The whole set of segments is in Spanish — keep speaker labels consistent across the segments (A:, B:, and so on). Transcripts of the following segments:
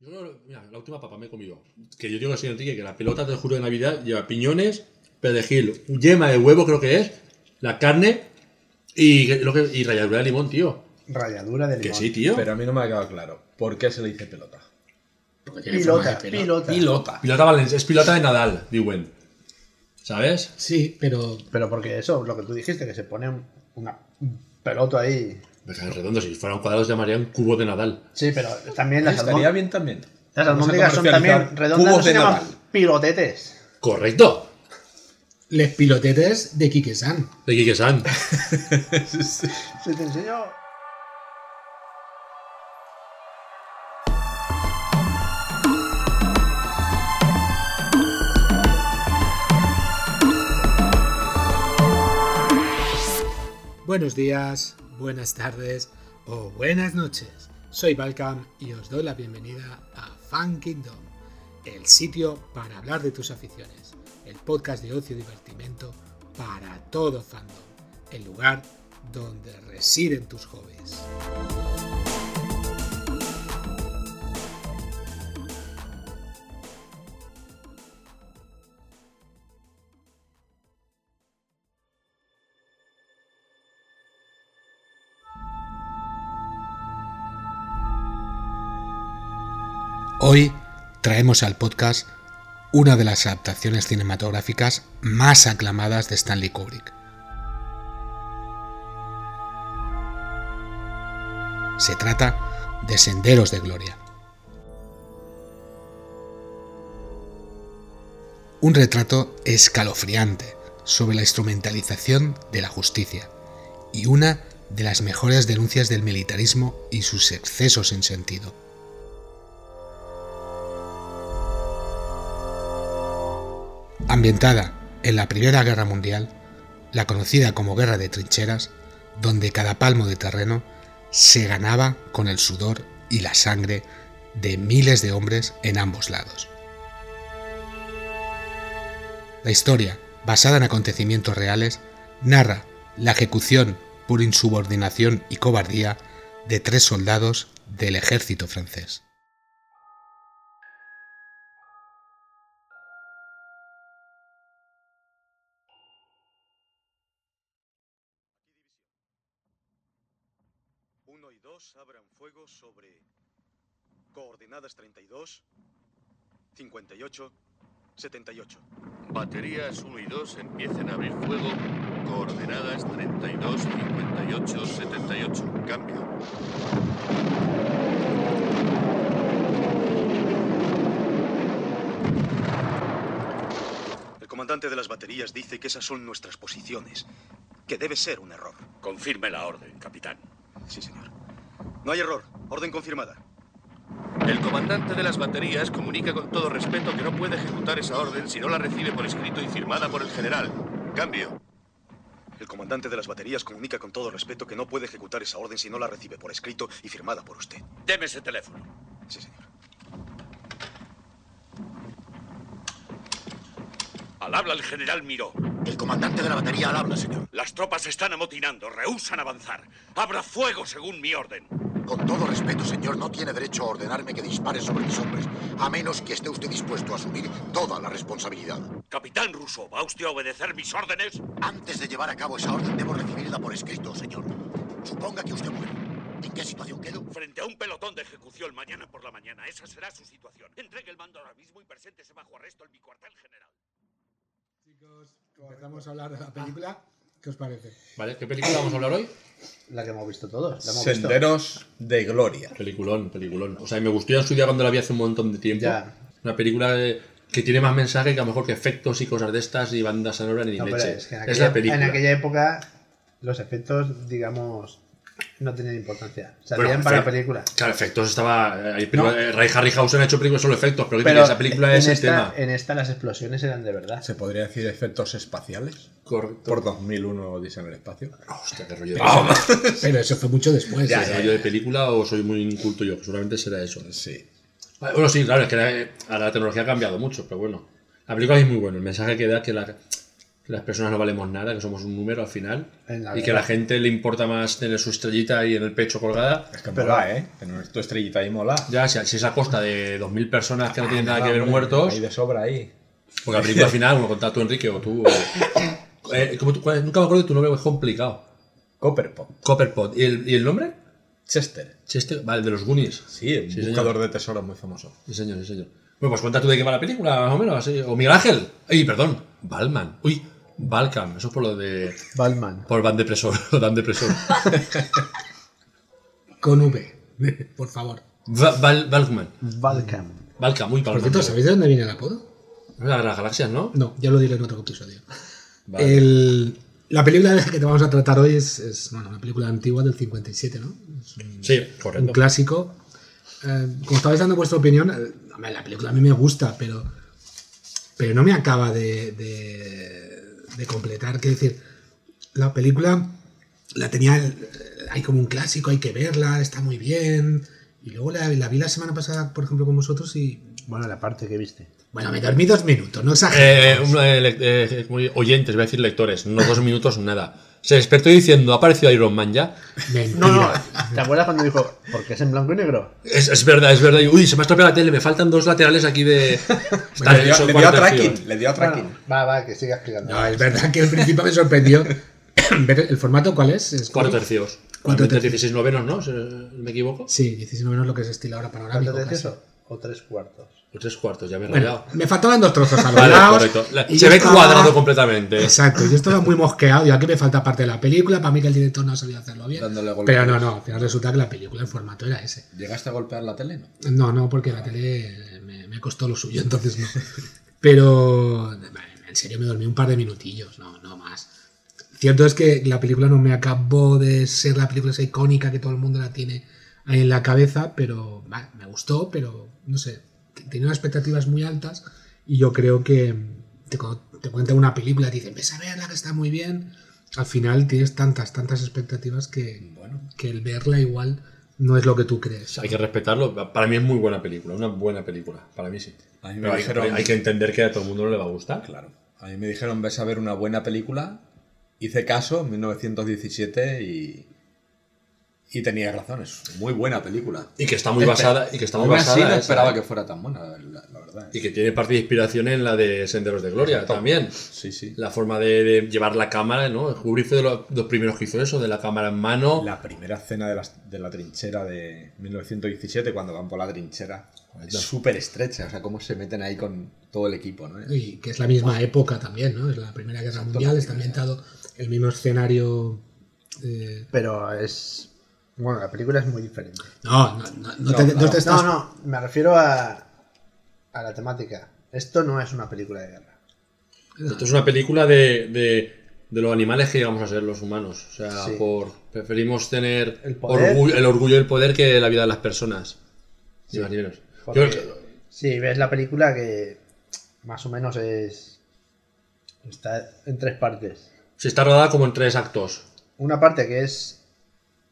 A: Yo creo- mira, la última papa me he comido. Que yo digo que soy Enrique, que la pelota, te juro, de Navidad lleva piñones, perejil, yema de huevo, creo que es, la carne y, lo que- y ralladura de limón, tío.
B: Ralladura de
A: Que
B: limón.
A: sí, tío.
C: Pero a mí no me ha quedado claro. ¿Por qué se le dice pelota?
A: Porque tiene forma
B: Pilota,
A: de pelota.
B: pilota.
C: Pilota.
A: Pilota valenciana, es pilota de Nadal, Diwen. ¿Sabes?
D: Sí, pero
B: Pero porque eso, lo que tú dijiste, que se pone un- una un peloto ahí.
A: Me caen redondos, si fueran cuadrados llamarían cubo de Nadal.
B: Sí, pero también las, almón-
C: Estaría bien también.
B: las
C: Vamos a
B: almóndigas son también
C: comercializar
B: redondas, no
C: Cubos
B: se
C: de
B: llaman
C: Nadal.
B: pilotetes.
A: ¡Correcto!
D: les pilotetes de Quique San.
A: De Quique San.
B: Si te enseño...
D: Buenos días, buenas tardes o buenas noches. Soy Balcam y os doy la bienvenida a Fan Kingdom, el sitio para hablar de tus aficiones, el podcast de ocio y divertimento para todo fandom, el lugar donde residen tus hobbies. Hoy traemos al podcast una de las adaptaciones cinematográficas más aclamadas de Stanley Kubrick. Se trata de Senderos de Gloria. Un retrato escalofriante sobre la instrumentalización de la justicia y una de las mejores denuncias del militarismo y sus excesos sin sentido. Ambientada en la Primera Guerra Mundial, la conocida como Guerra de Trincheras, donde cada palmo de terreno se ganaba con el sudor y la sangre de miles de hombres en ambos lados. La historia, basada en acontecimientos reales, narra la ejecución por insubordinación y cobardía de tres soldados del ejército francés.
E: Uno y dos abran fuego sobre coordenadas 32, 58, 78.
F: Baterías 1 y 2 empiecen a abrir fuego. Coordenadas 32, 58, 78. Cambio.
E: El comandante de las baterías dice que esas son nuestras posiciones, que debe ser un error.
F: Confirme la orden, capitán.
E: Sí, señor. No hay error. Orden confirmada.
F: El comandante de las baterías comunica con todo respeto que no puede ejecutar esa orden si no la recibe por escrito y firmada por el general. Cambio.
E: El comandante de las baterías comunica con todo respeto que no puede ejecutar esa orden si no la recibe por escrito y firmada por usted.
F: Deme ese teléfono.
E: Sí, señor.
F: Al habla el general Miró. El comandante de la batería al habla, señor. Las tropas se están amotinando, rehusan avanzar. Habrá fuego según mi orden.
G: Con todo respeto, señor, no tiene derecho a ordenarme que dispare sobre mis hombres, a menos que esté usted dispuesto a asumir toda la responsabilidad.
F: Capitán Russo, ¿va usted a obedecer mis órdenes?
G: Antes de llevar a cabo esa orden, debo recibirla por escrito, señor. Suponga que usted muere. ¿En qué situación quedo?
F: Frente a un pelotón de ejecución mañana por la mañana. Esa será su situación. Entregue el mando ahora mismo y preséntese bajo arresto en mi cuartel general.
D: Chicos, comenzamos a hablar de la película. ¿Qué os parece?
A: ¿Vale? ¿Qué película vamos a hablar hoy?
B: La que hemos visto todos. La hemos visto.
C: Senderos de gloria.
A: Peliculón, peliculón. O sea, me gustó ya en su día cuando la vi hace un montón de tiempo.
B: Ya.
A: Una película de- que tiene más mensaje que a lo mejor que efectos y cosas de estas y bandas sonoras ni
B: No, pero
A: leche.
B: es que en
A: Es
B: aquella,
A: la película.
B: en aquella época los efectos, digamos, no tenían importancia. Salían
A: Bueno,
B: para la
A: efect-
B: película.
A: Claro, efectos estaba. Hay, películas-
B: No.
A: eh, Ray Harryhausen ha hecho películas solo efectos, pero,
B: Pero
A: esa película es
B: en,
A: el
B: esta, eh,
A: tema.
B: en esta las explosiones eran de verdad.
C: ¿Se podría decir efectos espaciales?
A: Correcto.
C: Por 2001 dice en el espacio.
A: Hostia, qué rollo de,
B: Ah,
D: Pero eso fue mucho después.
C: Ya,
D: ¿eh?
A: qué rollo de película o soy muy inculto yo, seguramente será eso.
C: Sí.
A: Vale, Bueno, sí, eh, claro, es que la, ahora la tecnología ha cambiado mucho, pero bueno. La película es muy buena, el mensaje que da que la, que que las personas no valemos nada, que somos un número al final,
B: En la
A: y que a la
B: verdad.
A: gente le importa más tener su estrellita ahí en el pecho colgada.
C: Es que
B: Pero-
C: mola, ¿eh? Tener tu estrellita ahí mola.
A: Ya, si, si es a costa de 2.000 personas que no tienen nada que ver
C: Ah, Hombre,
A: muertos,
C: Hay de sobra ahí.
A: porque al principio al final, bueno, contá tú, Enrique, o tú. o- Eh, como tú- cuál- nunca me acuerdo de tu nombre, es complicado.
C: Copperpot.
A: Copperpot. ¿Y el, y el nombre?
C: Chester.
A: Chester, vale, de los Goonies.
C: Sí, un
A: Sí,
C: buscador de tesoros muy famoso.
A: Sí, señor, sí, señor. Bueno, pues cuenta tú de qué va la película, más o menos. así. O Miguel Ángel. Ay, perdón. Balman. Uy, Balkan. Eso es por lo de.
B: Batman.
A: Por Van Depresor. o Dan Depresor.
D: Con V, por favor.
A: Va- Val, Valkman.
B: Valcam.
A: Balkan, muy
D: Por
A: Balkan.
D: cierto, ¿sabéis de dónde viene el apodo?
A: Es la de las galaxias, ¿no?
D: No, ya lo diré en otro episodio.
A: Vale.
D: El- la película de la que te vamos a tratar hoy es, es, bueno, una película antigua del 57, ¿no? Es un-
A: Sí,
D: un
A: correcto.
D: clásico. Eh, como estabais dando vuestra opinión, eh, hombre, la película a mí me gusta, pero, pero no me acaba de, de- de completar. Quiero decir, la película la tenía, el- hay como un clásico, hay que verla, está muy bien. Y luego la, la vi la semana pasada, por ejemplo, con vosotros y...
B: Bueno, la parte que viste.
D: Bueno, me dormí dos minutos, no
A: Eh,
D: exagero.
A: un- eh, le- eh, muy oyentes, voy a decir lectores. No dos minutos, nada. Se despertó diciendo, ¿ha aparecido Iron Man ya?
D: Mentira.
B: No, no. ¿Te acuerdas cuando dijo, porque es en blanco y negro?
A: Es, es verdad, es verdad. Y, Uy, se me ha estropeado la tele, me faltan dos laterales aquí de. Está-
C: le, dio,
A: son
C: le dio
A: cuarenta
C: a tracking.
A: giros.
C: Le dio a tracking.
B: Bueno, va, va, que sigas explicando.
D: No, es verdad que al principio me sorprendió. ver ¿El formato cuál es? ¿Es
A: Cuatro
D: como-
A: tercios.
D: Cuatro
A: Cuatro
D: tercios.
A: 16 novenos, ¿no? Si ¿No ¿Me equivoco?
D: Sí, 19 menos lo que es estilo ahora panorámico.
B: ¿Cuánto te
D: casi.
B: eso? O tres cuartos.
A: O tres cuartos, ya me he
D: Bueno,
A: rayado.
D: me faltaban dos trozos a los
A: Vale,
D: lados,
A: correcto. La-
D: y
A: se
D: yo
A: ve
D: estaba-
A: cuadrado completamente.
D: Exacto, yo estaba muy mosqueado. Yo aquí me falta parte de la película. Para mí que el director no ha sabido hacerlo bien.
C: Dándole golpes.
D: Pero no, no, al final resulta que la película en formato era ese.
C: ¿Llegaste a golpear la tele? No.
D: No, no, porque la tele me, me costó lo suyo, entonces no. Pero bueno, en serio me dormí un par de minutillos, no, no más. Cierto es que la película no me acabó de ser la película esa icónica que todo el mundo la tiene ahí en la cabeza, pero vale, me gustó, pero no sé, t- tenía unas expectativas muy altas y yo creo que te, cu- te cuentan una película, te dicen, ves a verla que está muy bien, al final tienes tantas, tantas expectativas que, que el verla igual no es lo que tú crees.
A: Hay que respetarlo. Para mí es muy buena película, una buena película. Para mí sí.
C: A mí me
A: Pero hay,
C: dijeron-
A: hay que entender que a todo el mundo no le va a gustar.
C: Claro. A mí me dijeron, ves a ver una buena película. Hice caso en 1917 y. Y tenía razón, es muy buena película.
A: Y que está muy
C: Espe-
A: basada. Y que está muy
C: Aún así,
A: basada.
C: no
A: esa,
C: esperaba
A: ¿eh?
C: que fuera tan buena, la, la verdad.
A: Y que tiene parte de inspiración en la de Senderos de Gloria también.
C: Sí, sí.
A: La forma de, de llevar la cámara, ¿no? Kubrick fue de los, de los primeros que hizo eso, de la cámara en mano.
C: La primera escena de la, de la trinchera de 1917, cuando van por la trinchera, es súper estrecha. O sea, cómo se meten ahí con todo el equipo, ¿no?
D: y que es la misma época también, ¿no? Es la Primera Guerra Mundial, está ambientado el mismo escenario. eh,
B: Pero es. Bueno, la película es muy diferente.
D: No, no, no, no te, no te
B: No,
D: estás.
B: no, me refiero a. a la temática. Esto no es una película de guerra.
A: Esto es una película de, de- de los animales que llegamos a ser los humanos. O sea,
B: Sí.
A: por, preferimos tener
B: El
A: el,
B: poder.
A: orgullo, el orgullo y el poder que la vida de las personas. Ni más ni menos. Yo creo
B: Porque si ves la película que más o menos es. Está en tres partes.
A: Se está rodada como en tres actos.
B: Una parte que es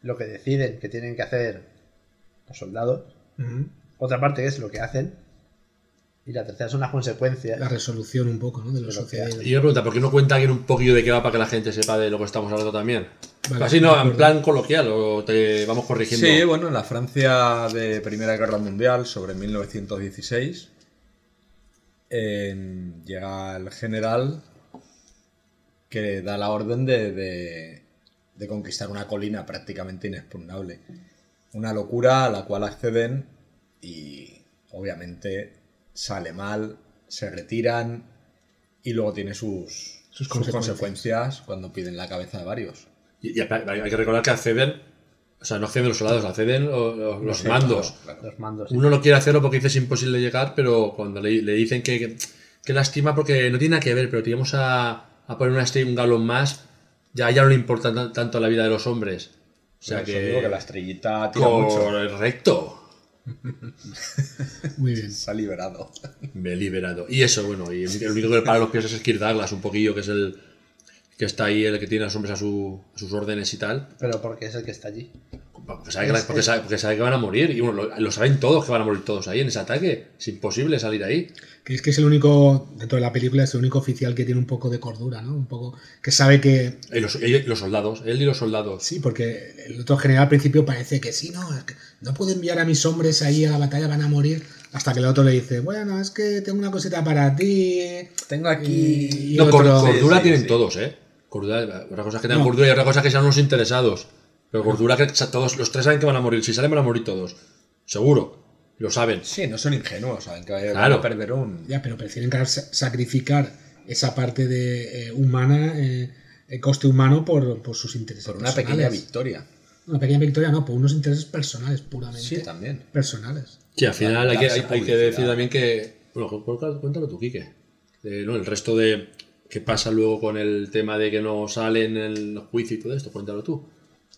B: lo que deciden que tienen que hacer los soldados.
D: Ujú.
B: Otra parte que es lo que hacen. Y la tercera son las consecuencias.
D: La resolución un poco, ¿no? De lo
B: Pero
D: sucedido.
A: Y una pregunta, ¿por qué no cuenta alguien un poquillo de qué va para que la gente sepa de lo que estamos hablando también?
D: Vale,
A: Así
D: de
A: no, en
D: acuerdo.
A: plan coloquial, o te vamos corrigiendo.
C: Sí, bueno, en la Francia de Primera Guerra Mundial, sobre 1916, eh, llega el general que da la orden de, de- de conquistar una colina prácticamente inexpugnable. Una locura a la cual acceden y obviamente sale mal, se retiran y luego tiene sus,
D: Sus
C: sus
D: consecuencias.
C: consecuencias cuando piden la cabeza de varios.
A: Y, y hay hay que recordar que acceden, o sea, no acceden los soldados, acceden lo- lo- los,
C: Sí,
A: mandos.
C: claro, claro.
B: Los mandos.
A: Pues Uno no quiere hacerlo porque dice es imposible llegar, pero cuando le, le dicen que, que, que lástima porque no tiene nada que ver, pero te íbamos a, a poner una estrella, un galón más, ya, ya no le importa tan- tanto la vida de los hombres. O sea
C: Por eso
A: que,
C: digo que la estrellita tira mucho.
A: Correcto.
D: Muy bien.
C: Se ha liberado.
A: Me he liberado. Y eso, bueno, y el único que le para los pies es Kirk Douglas, un poquillo, que es el que está ahí, el que tiene a los hombres a, su- a sus órdenes y tal.
B: Pero porque es el que está allí.
A: Porque sabe, que la- porque sabe- porque sabe que van a morir. Y bueno, lo, lo saben todos que van a morir todos ahí en ese ataque. Es imposible salir ahí.
H: Que es que es el único, dentro de la película, es el único oficial que tiene un poco de cordura, ¿no? Un poco que sabe que.
A: Y los, y los soldados, él y los soldados.
H: Sí, porque el otro general al principio parece que sí, no, es que no puedo enviar a mis hombres ahí a la batalla, van a morir. Hasta que el otro le dice, bueno, es que tengo una cosita para ti.
C: Tengo
H: Y-
C: aquí.
H: y
A: No, cor-
H: otro-
A: cordura
C: sí, sí,
A: tienen
C: sí.
A: todos, ¿eh? Cordura, una cosa es que tengan
H: No.
A: cordura y otra cosa es que sean unos interesados. Pero cordura que o sea, todos, los tres saben que van a morir. Si salen van a morir todos. Seguro. Lo saben.
C: Sí, no son ingenuos, saben que van
A: Claro.
C: a perder un.
H: Ya, pero prefieren ca- sa- sacrificar esa parte de eh, humana, eh, el coste humano por, por sus intereses.
C: por una
H: personales.
C: pequeña victoria.
H: Una pequeña victoria, no, por unos intereses personales, puramente.
C: Sí, también.
H: Personales.
A: Sí, al final hay que, hay,
C: darse
A: hay que
C: publicidad.
A: decir también que. Bueno, cu- cu- cuéntalo tú, Quique. Eh, no, el resto de. ¿Qué pasa luego con el tema de que no salen en el juicio y todo esto? Cuéntalo tú.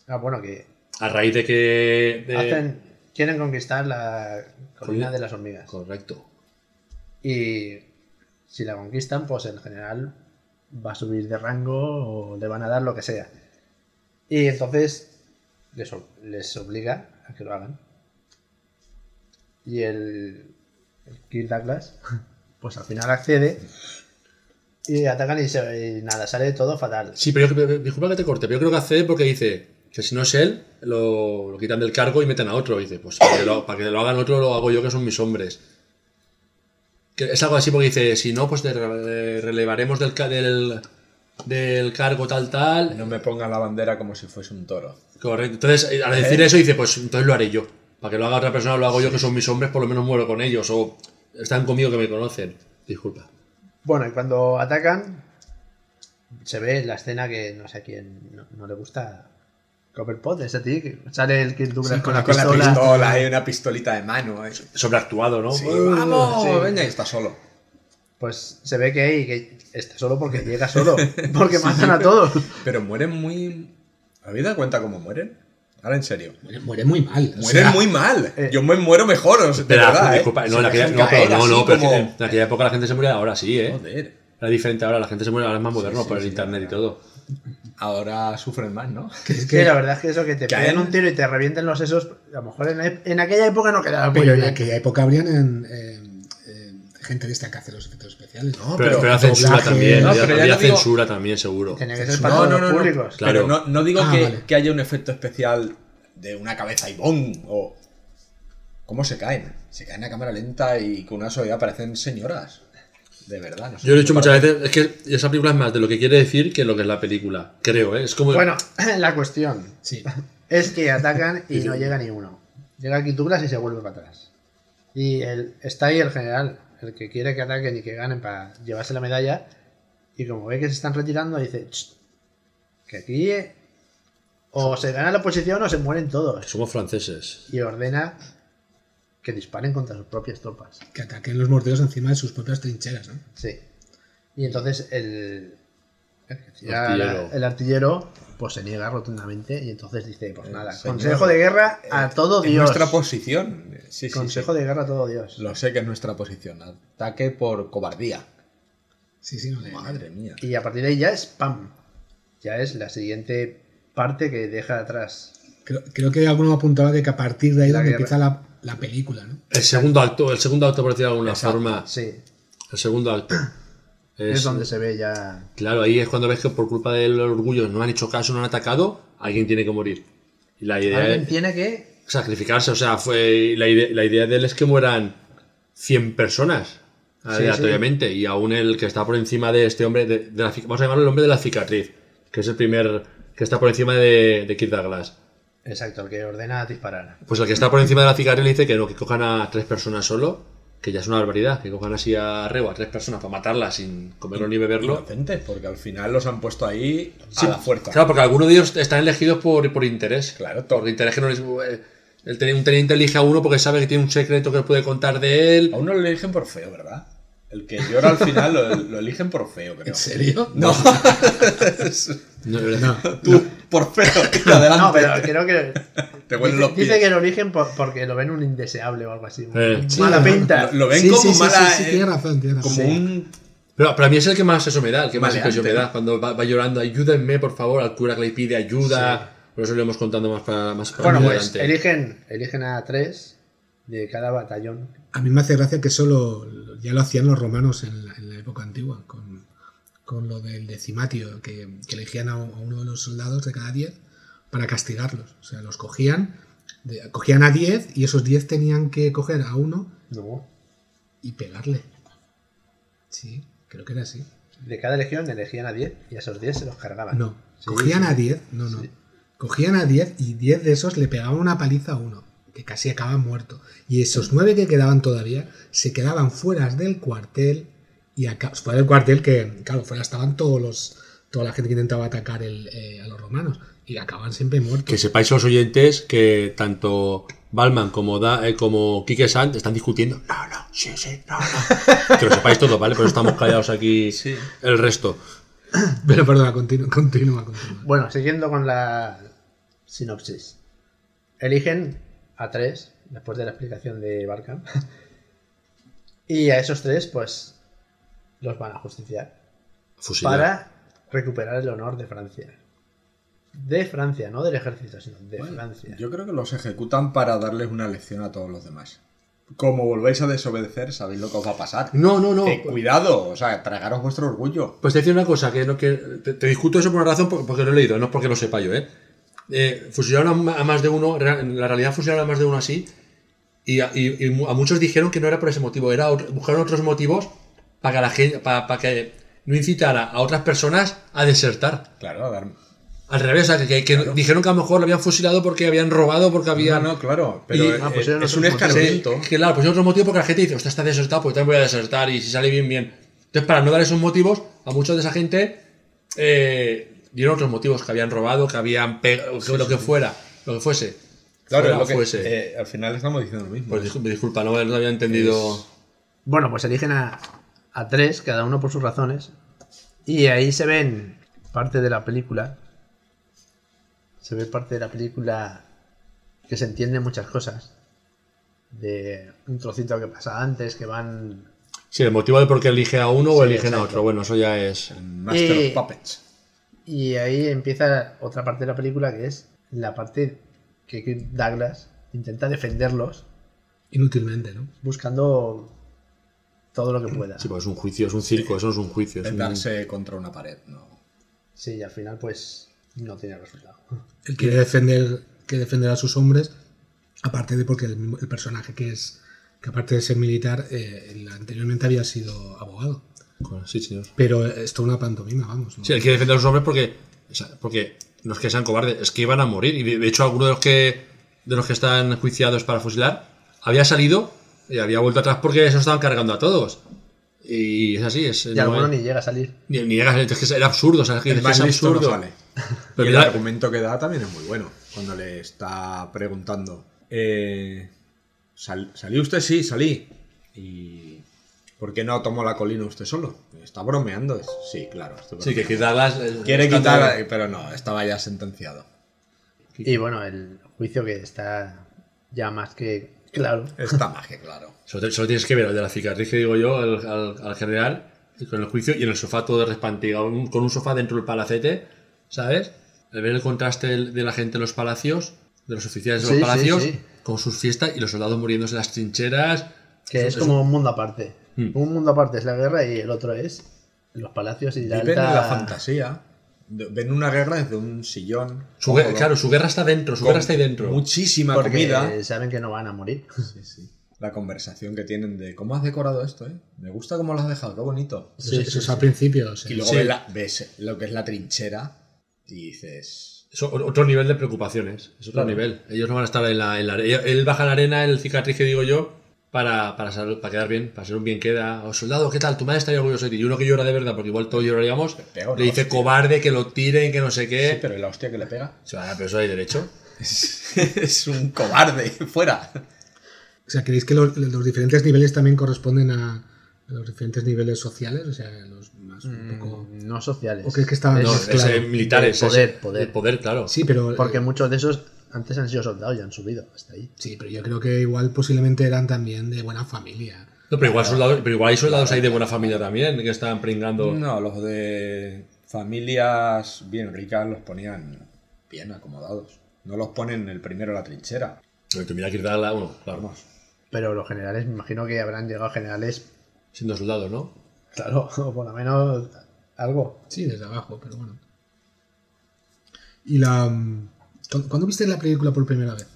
B: Ah, bueno, que
A: A raíz de que. de-
B: hacen, quieren conquistar la colina
A: Colina.
B: de las hormigas.
A: Correcto.
B: Y si la conquistan, pues en general va a subir de rango o le van a dar lo que sea. Y entonces les, ob- les obliga a que lo hagan. Y el, el Kirk Douglas, pues al final accede y atacan y, se- y nada, sale todo fatal.
A: Sí, pero yo, pero- pero- disculpa que te corte, pero yo creo que accede porque dice que si no es él, lo, lo quitan del cargo y meten a otro. dice, pues para que, lo, para que lo hagan otro, lo hago yo, que son mis hombres. Que es algo así porque dice, si no, pues te re- relevaremos del, ca- del, del cargo tal, tal.
C: No me pongan la bandera como si fuese un toro.
A: Correcto. Entonces, eh, al decir eso, dice, pues entonces lo haré yo. Para que lo haga otra persona, lo hago yo, que son mis hombres, por lo menos muero con ellos. O están conmigo que me conocen. Disculpa.
B: Bueno, y cuando atacan, se ve la escena que no sé a quién no, no le gusta. Copperpot, ese tío que sale el Kirk Douglas
H: Sí,
B: con, la
H: con la
B: pistola.
C: pistola y una pistolita de mano. ¿eh?
A: Sobreactuado, ¿no?
C: Sí, ¡Vamos!
B: sí.
C: Venga, y está solo.
B: Pues se ve que, ahí, que está solo porque llega solo. Porque matan a todos.
C: Pero mueren muy. ¿Habéis dado cuenta cómo mueren? Ahora en serio.
H: Muere, muere muy mal. o
C: Mueren
H: sea,
C: muy mal.
B: eh.
C: Yo me muero mejor, o sea, de
A: Pero,
C: verdad. ¿eh?
A: disculpa, no,
C: Se
A: en aquella,
C: dejan
A: no, pero,
C: caer
A: no, no,
C: así
A: pero
C: como-
A: en aquella época la gente se muere, ahora sí, ¿eh?
C: Joder.
A: Era diferente ahora, la gente se muere, ahora es más moderno
C: sí,
A: por el
C: sí,
A: internet y
C: ahora.
A: todo.
C: Ahora sufren más, ¿no?
H: es
B: Sí,
H: que-
B: la verdad es que eso que te
C: Caen.
B: peguen un tiro y te revienten los sesos, a lo mejor en, la ep- en aquella época no quedaba muy
H: pero en
B: bien.
H: aquella época habrían en, eh, eh, gente de esta que hace los efectos especiales. No,
A: Pero, pero, había censura
H: doblaje,
A: también,
C: no,
A: había,
C: pero ya
A: había
C: no digo-
A: censura también, seguro.
B: Tenía que ser para todos los públicos.
A: Claro.
C: Pero no, no digo
H: Ah,
C: que,
H: vale.
C: que haya un efecto especial de una cabeza y ¡bum! O. ¿Cómo se caen? Se caen a cámara lenta y con una suavidad parecen señoras. De verdad. no sé.
A: Yo lo he dicho muchas veces, es que esa película es más de lo que quiere decir que lo que es la película, creo, ¿eh? Es como...
B: Bueno, la cuestión
H: Sí.
B: es que atacan y no llega ni uno. Llega Kirk Douglas y se vuelve para atrás. Y el- está ahí el general, el que quiere que ataquen y que ganen para llevarse la medalla. Y como ve que se están retirando, dice: "Ch, Que aquí eh, o se gana la posición o se mueren todos.
A: Somos franceses.
B: y ordena que disparen contra sus propias tropas.
H: Que ataquen los morteros encima de sus propias trincheras, ¿no?
B: Sí. Y entonces el, el que tira la-
A: Artillero.
B: el artillero. pues se niega rotundamente y entonces dice, pues
C: Eh,
B: nada,
C: señor,
B: consejo de guerra a todo
C: Es
B: Dios.
C: nuestra posición. Sí, sí,
B: consejo
C: sí.
B: de guerra a todo Dios.
C: Lo sé que es nuestra posición. Ataque por cobardía.
H: Sí, sí, no le-
C: Madre mía.
B: Y a partir de ahí ya es pam. Ya es la siguiente parte que deja atrás.
H: Creo, creo que alguno apuntaba de que a partir de ahí es
B: La
H: donde
B: guerra.
H: empieza la, la película, ¿no?
A: El segundo acto, el segundo acto, por decirlo de alguna
C: Exacto.
A: forma,
B: Sí,
A: el segundo acto.
B: es, donde se ve ya...
A: Claro, ahí es cuando ves que por culpa del orgullo no han hecho caso, no han atacado, alguien tiene que morir. Y la idea
B: Alguien
A: es
B: tiene que...
A: sacrificarse, o sea, fue la, ide- la idea de él es que mueran 100 personas aleatoriamente y aún el que está por encima de este hombre, de, de la, cic- vamos a llamarlo el hombre de la cicatriz, que es el primer que está por encima de, de Kirk Douglas.
B: Exacto, el que ordena disparar.
A: Pues el que está por encima de la cicatriz le dice que no, que cojan a tres personas solo, que ya es una barbaridad, que cojan así a Reo a tres personas para matarlas sin comerlo ni beberlo.
C: Inocentes, porque al final los han puesto ahí
A: Sí,
C: a la fuerza.
A: Claro, porque algunos de ellos están elegidos por, por interés.
C: Claro, todo.
A: Por interés que no les. eh, El teni- un teniente elige a uno porque sabe que tiene un secreto que puede contar de él.
C: A uno lo eligen por feo, ¿verdad? El que llora al final lo, lo eligen por feo, creo.
H: ¿En serio?
C: No.
A: No, de verdad.
C: Tú, por feo, tío, adelante.
B: No, pero creo que
C: Te huelen
B: Dice,
C: los pies.
B: dice que lo eligen por- porque lo ven un indeseable o algo así.
A: Eh,
H: sí.
B: Mala pinta.
C: Lo, lo ven
H: Sí,
C: como
H: sí, sí,
C: mala.
H: Sí, sí,
C: eh,
H: tiene razón, tiene razón.
C: como un.
A: Pero para mí es el que más eso me da, el que más
C: Maleante.
A: impresión me da. Cuando va, va llorando, ayúdenme por favor, al cura que le pide ayuda. Por eso lo iremos contando más para más para
B: Bueno,
A: más
B: pues
A: adelante.
B: eligen, eligen a tres de cada batallón.
D: A mí me hace gracia que eso lo- ya lo hacían los romanos en la, en la época antigua, con, con lo del decimatio, que, que elegían a, un- a uno de los soldados de cada 10 para castigarlos. O sea, los cogían, de- cogían a 10 y esos 10 tenían que coger a uno
B: No,
D: y pegarle. Sí, creo que era así.
B: de cada legión elegían a 10 y a esos 10 se los cargaban.
D: No,
B: Sí,
D: cogían
B: sí.
D: a 10, no, no.
B: Sí.
D: Cogían a 10 y 10 de esos le pegaban una paliza a uno, que casi acaba muerto. Y esos 9 que quedaban todavía se quedaban fuera del cuartel y acá, fuera del cuartel que, claro, fuera estaban todos los, toda la gente que intentaba atacar el, eh, a los romanos y acaban siempre
A: Que
D: muertos.
A: sepáis los oyentes que tanto Balman como, da, eh, como Quique Sant están discutiendo. No, no, sí, sí, no, no. que lo sepáis todo, ¿vale? Pero estamos callados aquí el resto.
D: Pero perdona, continúa, continúa, continúa.
B: Bueno, siguiendo con la sinopsis. Eligen a tres, después de la explicación de Barkham. Y a esos tres, pues, los van a justiciar.
A: Fusilar.
B: para recuperar el honor de Francia. De Francia, no del ejército, sino de
C: Bueno,
B: Francia.
C: Yo creo que los ejecutan para darles una lección a todos los demás. Como volvéis a desobedecer, sabéis lo que os va a pasar.
A: No, pues. no, no.
C: Eh, cuidado, o sea, tragaros vuestro orgullo.
A: Pues te decía una cosa, que, no, que te, te discuto eso por una razón por- porque lo he leído, no es porque lo sepa yo, ¿eh? Eh, fusilaron a ma- a, más de uno, rea- en la realidad fusilaron a más de uno así, y a, y- y mu- a muchos dijeron que no era por ese motivo, era otro- buscaron otros motivos para que, la gente, para, que no incitara a otras personas a desertar.
C: Claro, a dar.
A: Al revés, o sea, que, que dijeron que a lo mejor lo habían fusilado porque habían robado, porque
C: No,
A: habían...
C: no, claro, pero
A: Y-
C: eh,
B: ah, pues eran
C: es
B: otros
C: un
B: motivos.
C: escarmiento.
A: Que claro, pues es otro motivo porque la gente dice, usted está desertado, pues también voy a desertar y si sale bien, bien. Entonces, para no dar esos motivos, a muchos de esa gente eh, dieron otros motivos, que habían robado, que habían pegado, lo que fuera, lo que fuese.
C: Claro,
A: Fuera
C: es lo que-
A: fuese.
C: eh, al final estamos diciendo lo mismo.
A: Pues discul- disculpa, no, no había entendido.
B: Bueno, pues eligen a, a tres, cada uno por sus razones. Y ahí se ven parte de la película. Se ve parte de la película que se entiende muchas cosas. De un trocito que pasa antes, que van
A: Sí, el motivo de por qué elige a uno o
B: Sí,
A: eligen a
B: exacto.
A: otro. Bueno, eso ya es.
C: El Master
B: Eh,
C: of Puppets.
B: Y ahí empieza otra parte de la película que es la parte que Kirk Douglas intenta defenderlos
D: Inútilmente, ¿no?
B: buscando todo lo que pueda.
A: Sí, pues es un juicio, es un circo, eso no es un juicio. Es
C: Es
A: pues un-
C: darse contra una pared, ¿no?
B: Sí, y al final pues no tiene resultado.
D: Él quiere defender, que defender a sus hombres, aparte de porque el, mismo- el personaje que es, que aparte de ser militar, eh, él anteriormente había sido abogado.
A: Sí, señor.
D: Pero esto es una pantomima, vamos. ¿no?
A: Sí, hay que defender a los hombres porque, o sea, porque no es que sean cobardes, es que iban a morir. Y de- de hecho, alguno de los que, de los que están juiciados para fusilar había salido y había vuelto atrás porque se los estaban cargando a todos. Y es así, es.
B: Y
A: no
B: alguno
A: hay-
B: ni llega a salir.
A: ni, ni llegas, es que era absurdo, o sea, es que
C: El
A: es
C: más listo no
A: absurdo.
C: sale.
A: Pero
C: y el
A: mira-
C: argumento que da también es muy bueno. Cuando le está preguntando, eh, "Sal- ¿salió usted? Sí, salí. ¿Y por qué no tomó la colina usted solo? Está bromeando. Es- Sí, claro. estoy
A: Sí, que
C: bromeando.
A: quitarlas.
C: Quiere quitar, pero no, estaba ya sentenciado.
B: Y bueno, el juicio que está ya más que claro.
C: Está magia, claro.
A: Solo, te- solo tienes que ver el de la cicatriz que digo yo al, al- al general y con el juicio y en el sofá todo respantado, con un sofá dentro del palacete, ¿sabes? El ver el contraste del- de la gente en los palacios, de los oficiales de
B: Sí,
A: los
B: sí,
A: palacios,
B: sí.
A: con sus fiestas y los soldados muriéndose en las trincheras.
B: Que es
A: un-
B: como un mundo aparte.
A: Hmm.
B: Un mundo aparte es la guerra y el otro es los palacios y la
C: Viven en
B: alta-
C: la fantasía. de- Ven una guerra desde un sillón.
A: su guer-
C: cómodo,
A: claro, su guerra está dentro, su
C: con
A: guerra está ahí dentro.
C: Muchísima
B: Porque
C: comida.
B: saben que no van a morir.
C: Sí, sí. La conversación que tienen de cómo has decorado esto, ¿eh? Me gusta cómo lo has dejado, qué bonito.
D: Eso,
B: Sí,
D: eso
B: sí,
D: es
B: sí.
D: al principio. o sea,
C: Y luego
A: Sí.
C: ves, la- ves lo que es la trinchera y dices.
A: Es o- otro nivel de preocupaciones, es otro
C: Claro.
A: nivel. Ellos no van a estar en la, en la arena. Él baja a la arena, el cicatriz que digo yo, para, para, sal- para quedar bien, para ser un bien queda. O soldado, ¿qué tal? Tu madre estaría orgullosa de ti. Y uno que llora de verdad, porque igual todos lloraríamos,
C: Peor,
A: le dice
C: hostia.
A: cobarde, que lo tiren, que no sé
C: Sí,
A: qué.
C: pero la hostia que le pega.
A: Se van a pero eso hay derecho.
C: es un cobarde, fuera.
D: O sea, ¿creéis que los, los diferentes niveles también corresponden a, a los diferentes niveles sociales? O sea, los más un poco...
B: Mm, No sociales.
D: Hmm. ¿O crees que estaban-
A: No,
D: Eso
B: Es-
D: es
A: es,
D: claro.
A: eh, militares.
B: El poder,
A: es-
B: poder.
A: el poder, claro.
D: Sí, pero...
B: Porque
D: eh,
B: muchos de esos antes han sido soldados y han subido hasta ahí.
D: sí, pero yo creo que igual posiblemente eran también de buena familia.
A: No, pero, igual soldados, pero igual hay soldados ahí de buena familia también, que están pringando.
C: No, los de familias bien ricas los ponían bien acomodados. No los ponen el primero en la trinchera.
A: Pero tendría que ir a la uno, claro.
C: Vamos.
B: Pero los generales, me imagino que habrán llegado generales,
A: Siendo soldados, ¿no?
B: claro, o por lo menos algo.
H: Sí, desde abajo, pero bueno. Y la. mm, ¿cu- ¿Cuándo viste la película por primera vez?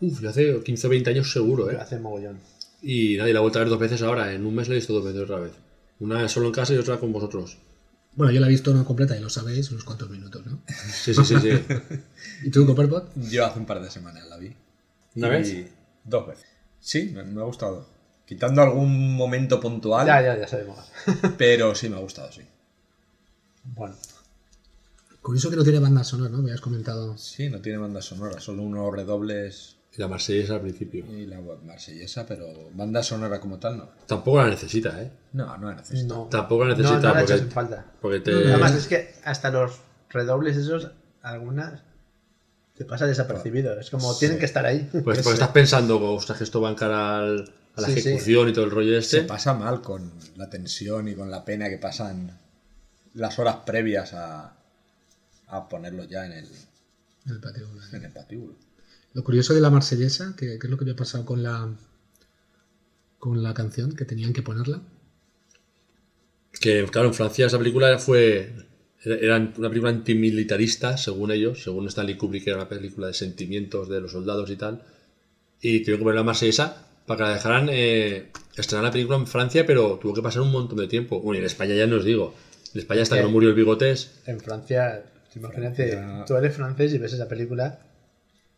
A: Uf, yo hace 15 o 20 años seguro, ¿eh?
B: Hace mogollón.
A: Y nadie la he vuelto a ver dos veces ahora. En un mes la he visto dos veces otra vez. Una solo en casa y otra con vosotros.
H: Bueno, yo la he visto no completa y lo sabéis, unos cuantos minutos, ¿no?
A: Sí, sí, sí, sí.
H: ¿Y tú, Copperbot?
C: Yo hace un par de semanas la vi.
A: ¿Una
C: Y
A: vez?
C: Dos veces. Sí, me, me ha gustado. Quitando algún momento puntual,
B: Ya, ya, ya sabemos.
C: pero sí me ha gustado, sí.
B: bueno,
H: Curioso que no tiene banda sonora, ¿no? Me habías comentado.
C: Sí, no tiene banda sonora, solo unos redobles
A: Y la marsellesa al principio.
C: y la marsellesa, pero banda sonora como tal no.
A: Tampoco la necesita, ¿eh?
C: No, no es necesario.
B: no.
A: Tampoco la
B: No, no
A: necesita
B: la echas en
A: porque,
B: falta.
A: porque te...
B: Además, es que hasta los redobles esos, algunas, te pasa desapercibido. Es como, tienen que estar ahí.
A: Pues porque estás pensando, ostras, que esto va en cara al- a la
B: Sí, sí.
A: ejecución y todo el rollo
C: Se
A: este.
C: pasa mal con la tensión y con la pena que pasan las horas previas a, a ponerlo ya en el,
H: El patio, ¿no?
C: en el patíbulo.
H: Lo curioso de la marsellesa, que, que es lo que había pasado con la con la canción, que tenían que ponerla.
A: Que, claro, en Francia esa película fue. era- Era una película antimilitarista, según ellos, según Stanley Kubrick, que era una película de sentimientos de los soldados y tal. Y tuvieron que poner la marsellesa para que la dejaran eh, estrenar la película en Francia, pero tuvo que pasar un montón de tiempo. Bueno, y en España ya no os digo. En España
C: Eh,
A: hasta que no murió el bigotes.
B: En Francia, imagínate,
C: Francia.
B: tú eres francés y ves esa película,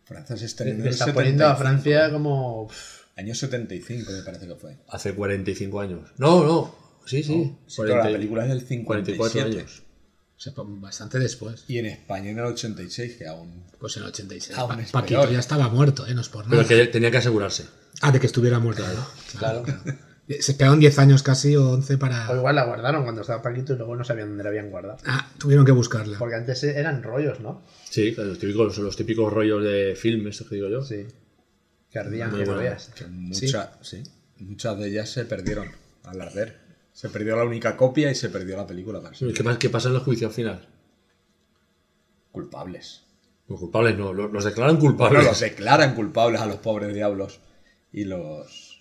C: Francia este se estrenó en
B: le
C: el
B: está poniendo a
C: 75,
B: Francia como... pff,
C: Año 75 me parece que fue.
A: Hace 45 años. No, no. Sí, sí.
C: Sí, pero la
A: 40 y-
C: película es del 57.
A: 44 años.
H: O sea, pa- bastante después.
C: Y en España en el 86, que aún...
H: Pues en el 86.
C: Aún
H: Pa-
C: es
H: Paquito
C: peor.
H: ya estaba muerto, ¿eh? No es por nada.
A: Pero que tenía que asegurarse.
H: Ah, de que estuviera muerto.
B: Claro.
H: Eh, Se quedaron 10 años casi o 11 para...
B: O igual la guardaron cuando estaba Paquito y luego no sabían dónde la habían guardado.
H: Ah, tuvieron que buscarla.
B: Porque antes eran rollos, ¿no?
A: Sí, claro, los típicos, los típicos rollos de film, estos que digo yo.
B: Sí. Que ardían,
A: Muy
B: que no
A: bueno.
B: veas.
C: que mucha- sí, muchas de ellas se perdieron al arder. Se perdió la única copia y se perdió la película. para ser
A: ¿Qué, más- ¿Qué pasa en el juicio al final?
C: Culpables.
A: Los culpables no, lo- los, declaran
C: Bueno,
A: culpables.
C: los declaran culpables a los pobres diablos y los.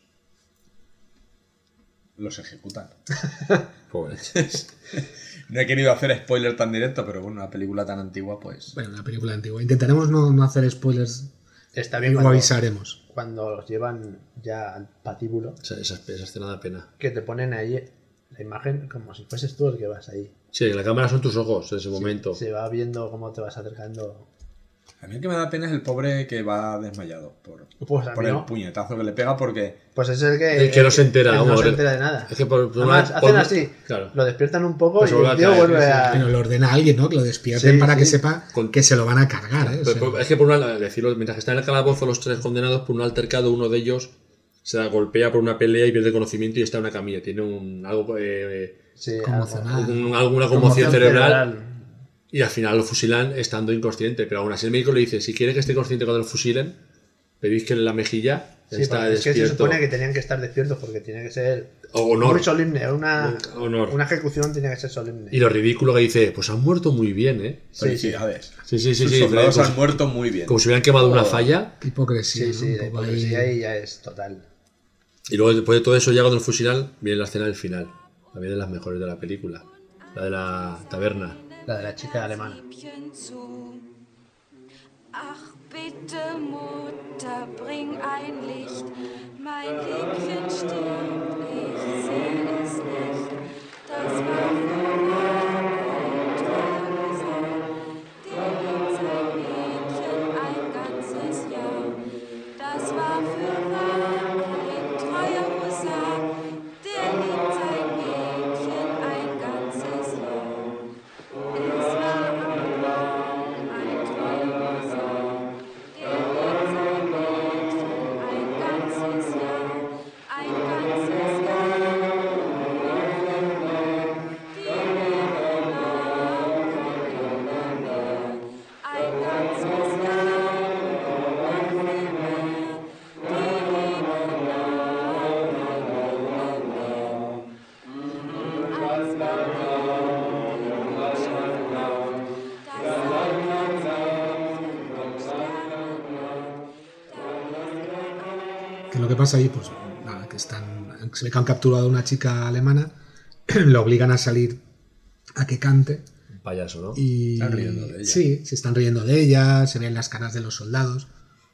C: los ejecutan.
A: Pobres.
C: No he querido hacer spoiler tan directo, pero bueno, una película tan antigua, pues.
H: Bueno, una película antigua. Intentaremos no, no hacer spoilers
B: Está bien
H: o
B: cuando,
H: avisaremos.
B: cuando los llevan ya al patíbulo,
A: Esa, esa, esa escena da pena.
B: que te ponen ahí la imagen como si fueses tú el que vas ahí.
A: Sí, que la cámara son tus ojos en ese momento.
B: Se va viendo cómo te vas acercando.
C: A mí el que me da pena es el pobre que va desmayado por,
B: Pues a
C: por
B: mí
C: el
B: no.
C: puñetazo que le pega, porque
B: Pues es el que...
A: El que no se entera,
B: el que No
A: vamos,
B: se
A: el-
B: entera de nada.
A: Es que por, por
B: Además,
A: una-
B: hacen
A: por-
B: así.
A: Claro.
B: Lo despiertan un poco
A: Pues
B: y
A: se vuelve
B: el
A: a
B: tío
A: caer,
B: vuelve
A: sí, sí.
B: a...
H: Pero lo ordena alguien, ¿no? Que lo despierten
B: Sí,
H: para que
B: sí.
H: sepa
A: Con-
H: que se lo van a cargar, ¿eh? O
A: Pero-
H: sea,
A: pero es que por una, decirlo, mientras que están en el calabozo los tres condenados, por un altercado uno de ellos se da- golpea por una pelea y pierde conocimiento y está en una camilla. Tiene un algo eh,
B: Sí, algo.
H: conmocionada.
A: un- alguna conmoción
B: Ah, Conmoción
A: cerebral
B: cerebral.
A: y al final lo fusilan estando inconsciente. Pero aún así el médico le dice, si quiere que esté consciente cuando lo fusilen, pedís que en la mejilla
B: Sí,
A: está
B: porque es que se
A: despierto.
B: supone que tenían que estar despiertos porque tiene que ser
A: O honor.
B: muy solemne. Una,
A: Honor.
B: una ejecución tiene que ser solemne.
A: Y lo ridículo que dice, pues han muerto muy bien, ¿eh?
B: Sí, sí.
C: felicidades.
A: Sí, sí, sí,
C: Sus
A: sí.
C: soldados
A: como,
C: han muerto muy bien.
A: como si hubieran quemado una falla.
H: Qué Hipocresía.
B: Sí,
H: ¿no?
B: sí,
H: Un
B: la
H: poco ahí.
B: hipocresía ahí ya es total.
A: Y luego después de todo eso, ya cuando el fusilal, viene la escena del final. También de las mejores de la película. La de la taberna.
B: La de la chica alemana.
I: Liebchen zu. Ach bitte, Mutter, bring ein Licht. Mein Liebchen stirbt, ich seh es nicht. Das war nur ein Traumsong, den liebt sein Mädchen ein ganzes Jahr. Das war fürwahr ein treuer Husar, der liebt sein Mädchen ein ganzes Jahr. Ein ganzes Jahr, ein ganzes
D: que pasa allí, pues nada, que están, se ve que han capturado a una chica alemana, la obligan a salir a que cante.
A: Un payaso, ¿no?
D: Y,
C: Están riendo de ella.
D: Sí, se están riendo de ella, se ven las caras de los soldados,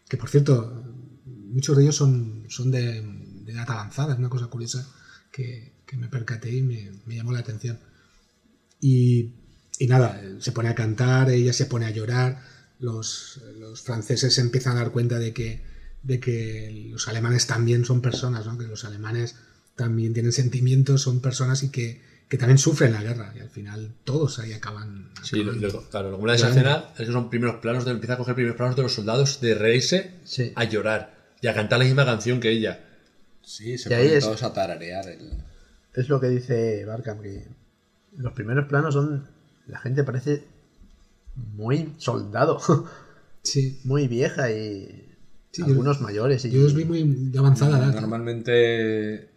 D: que por cierto, muchos de ellos son, son de, de edad avanzada, es una cosa curiosa que, que me percaté y me, me llamó la atención. Y, y nada, se pone a cantar, ella se pone a llorar, los, los franceses se empiezan a dar cuenta de que, de que los alemanes también son personas, ¿no? que los alemanes también tienen sentimientos, son personas y que, que también sufren la guerra. Y al final todos ahí acaban.
A: Sí, lo,
D: acaban-
A: lo- claro, lo que mola de esa escena es que son primeros planos, de, empieza a coger primeros planos de los soldados, de reírse
B: Sí.
A: a llorar y a cantar la misma canción que ella.
C: Sí, se
B: Y ahí
C: ponen
B: es-
C: todos a tararear. El...
B: Es lo que dice Barkham, que los primeros planos son. La gente parece muy soldado,
D: Sí,
B: muy vieja y.
D: Sí, yo-
B: algunos mayores. Y,
D: yo los vi muy de
A: Mm,
D: avanzada edad.
C: Normalmente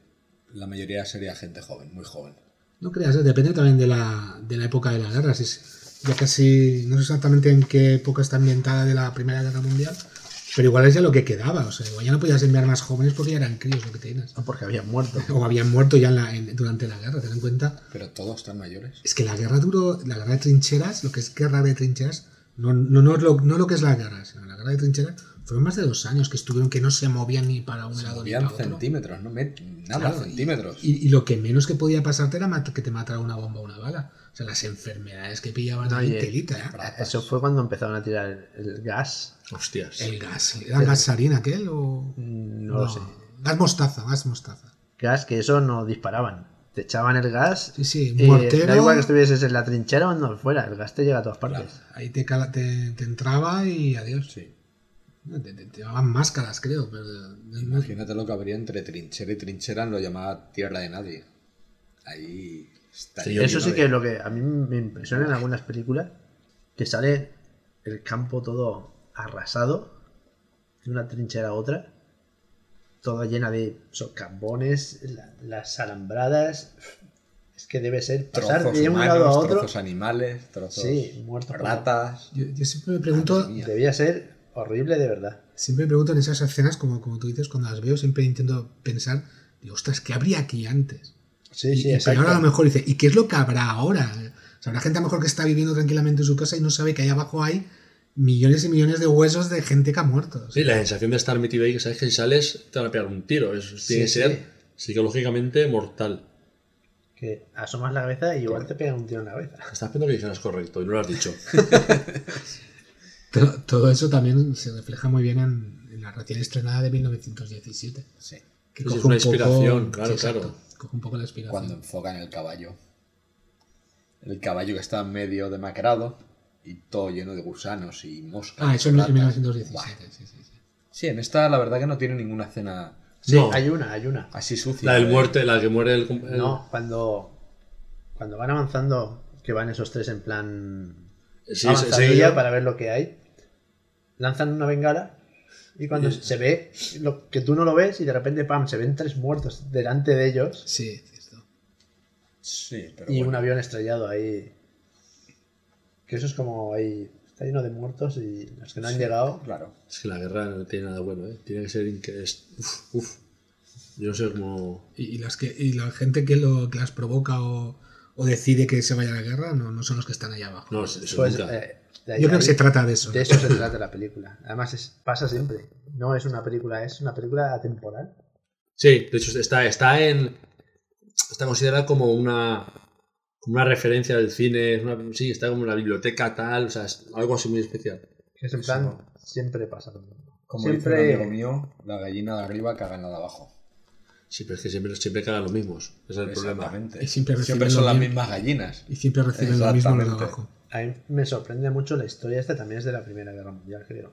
C: la mayoría sería gente joven, muy joven.
D: No creas, ¿eh? depende también de la, de la época de la guerra. Si es- ya casi, no sé exactamente en qué época está ambientada de la Primera Guerra Mundial, pero igual es ya lo que quedaba. O sea, igual ya no podías enviar más jóvenes porque ya eran críos lo que tenías.
B: No, porque habían muerto. Eh,
D: O habían muerto ya en la- en- durante la guerra, ten en cuenta.
C: Pero todos están mayores.
D: Es que la guerra duró, la guerra de trincheras, lo que es guerra de trincheras, no, no, no, lo, no lo que es la guerra, sino la guerra de trincheras, fueron más de dos años que estuvieron que no se movían ni para un
C: Se
D: lado ni
C: movían
D: para otro.
C: centímetros, no met- nada,
D: Claro, y-
C: centímetros.
D: Y, y lo que menos que podía pasarte era mat- que te matara una bomba o una bala. O sea, las enfermedades que pillaban
B: No,
D: ahí,
B: y-
D: telita, ¿eh?
B: Eso fue cuando empezaron a tirar el, el gas.
A: Hostias.
D: El gas. ¿Era gas sarina aquel o...?
B: Mm, No, lo sé.
D: Gas mostaza, gas mostaza.
B: Gas que eso no disparaban. Te echaban el gas.
D: Sí, sí,
B: y
D: mortero.
B: da igual que estuvieses en la trinchera o no fuera. El gas te llega a todas partes.
D: Ahí te, cala- te, te entraba y adiós.
C: Sí.
D: No, Te, te- te llevaban máscaras, creo, pero... no- no-
C: Imagínate lo que habría entre trinchera y trinchera, lo llamaba tierra de nadie. Ahí está.
A: Sí, yo-
B: Eso sí que es lo que a mí me impresiona en algunas películas, que sale el campo todo arrasado, de una trinchera a otra, toda llena de socavones, la- las alambradas. Es que debe ser pasar
C: Trozos
B: de un
C: humanos,
B: lado a otro.
C: trozos animales, trozos
B: Sí, muertos. por-
C: ratas.
D: Yo, yo siempre me pregunto...
C: Madre mía.
B: Debía ser horrible de verdad.
D: Siempre me pregunto en esas escenas, como, como tú dices, cuando las veo, siempre intento pensar, digo, ostras, ¿qué habría aquí antes?
B: Sí,
D: Y-
B: sí,
D: y-
B: exacto.
D: pero ahora a lo mejor dice, ¿y qué es lo que habrá ahora? O sea, habrá gente a lo mejor que está viviendo tranquilamente en su casa y no sabe que ahí abajo hay millones y millones de huesos de gente que ha muerto. O
A: Sí,
D: sea,
A: la sensación de estar metido ahí, que sabes que si sales te van a pegar un tiro. Eso tiene que ser
B: sí.
A: psicológicamente mortal.
B: Que asomas la cabeza y igual te pegan un tiro en la cabeza.
A: Estás viendo que dijeras correcto y no lo has dicho.
D: to- todo eso también se refleja muy bien en, en la recién estrenada de 1917.
C: Sí.
D: Que
A: Sí, es una inspiración, claro,
D: exacto,
A: claro.
D: Coge un poco la inspiración.
C: Cuando enfocan el caballo. El caballo que está medio demacrado y todo lleno de gusanos y moscas.
D: Ah, eso en
C: ratas.
D: 1917.
C: Buah.
D: Sí, sí, sí.
C: Sí, en esta la verdad que no tiene ninguna escena
B: Sí,
A: No.
B: hay una, hay una.
C: así sucia.
A: La del
C: ¿eh?
A: muerte, la que muere el. com- el-
B: No, cuando, cuando van avanzando, que van esos tres en plan
A: Sí, se-
B: avanzadilla
A: seguía.
B: para ver lo que hay. Lanzan una bengala y cuando se ve lo que tú no lo ves y de repente pam se ven tres muertos delante de ellos
D: Sí, es cierto.
C: Sí, pero
B: y
C: bueno.
B: un avión estrellado ahí. Que eso es como ahí está lleno de muertos y los que no han llegado.
C: Claro.
A: Es que la guerra no tiene nada bueno, ¿eh? Tiene que ser. inque- es- Uf, uf. Yo no sé cómo.
D: Y, y las que, y la gente que, lo, que las provoca o, o decide que se vaya a la guerra no, no son los que están allá abajo.
A: No, eso
B: Pues,
A: nunca.
B: eh, de ahí-
D: Yo creo que
B: ahí-
D: se trata de eso.
B: de eso se trata la película. Además es- pasa siempre. No es una película, es una película atemporal.
A: Sí, de hecho está, está en. Está considerada como una. como una referencia del cine. es una- sí, está como en la biblioteca, tal. O sea, es algo así muy especial.
B: Que es en
C: Eso.
B: plan siempre pasa lo mismo.
C: Como
B: Siempre-
C: dice un amigo mío, la gallina de arriba caga en la de abajo.
A: Sí, pero es que siempre, siempre cagan los mismos. Ese es el problema.
C: Exactamente.
D: Y siempre reciben
C: Siempre
D: lo
C: son las
D: mismo.
C: mismas gallinas.
D: Y siempre reciben lo mismo los de
C: Exactamente.
D: abajo.
B: A mí me sorprende mucho la historia esta, también es de la Primera Guerra Mundial, creo.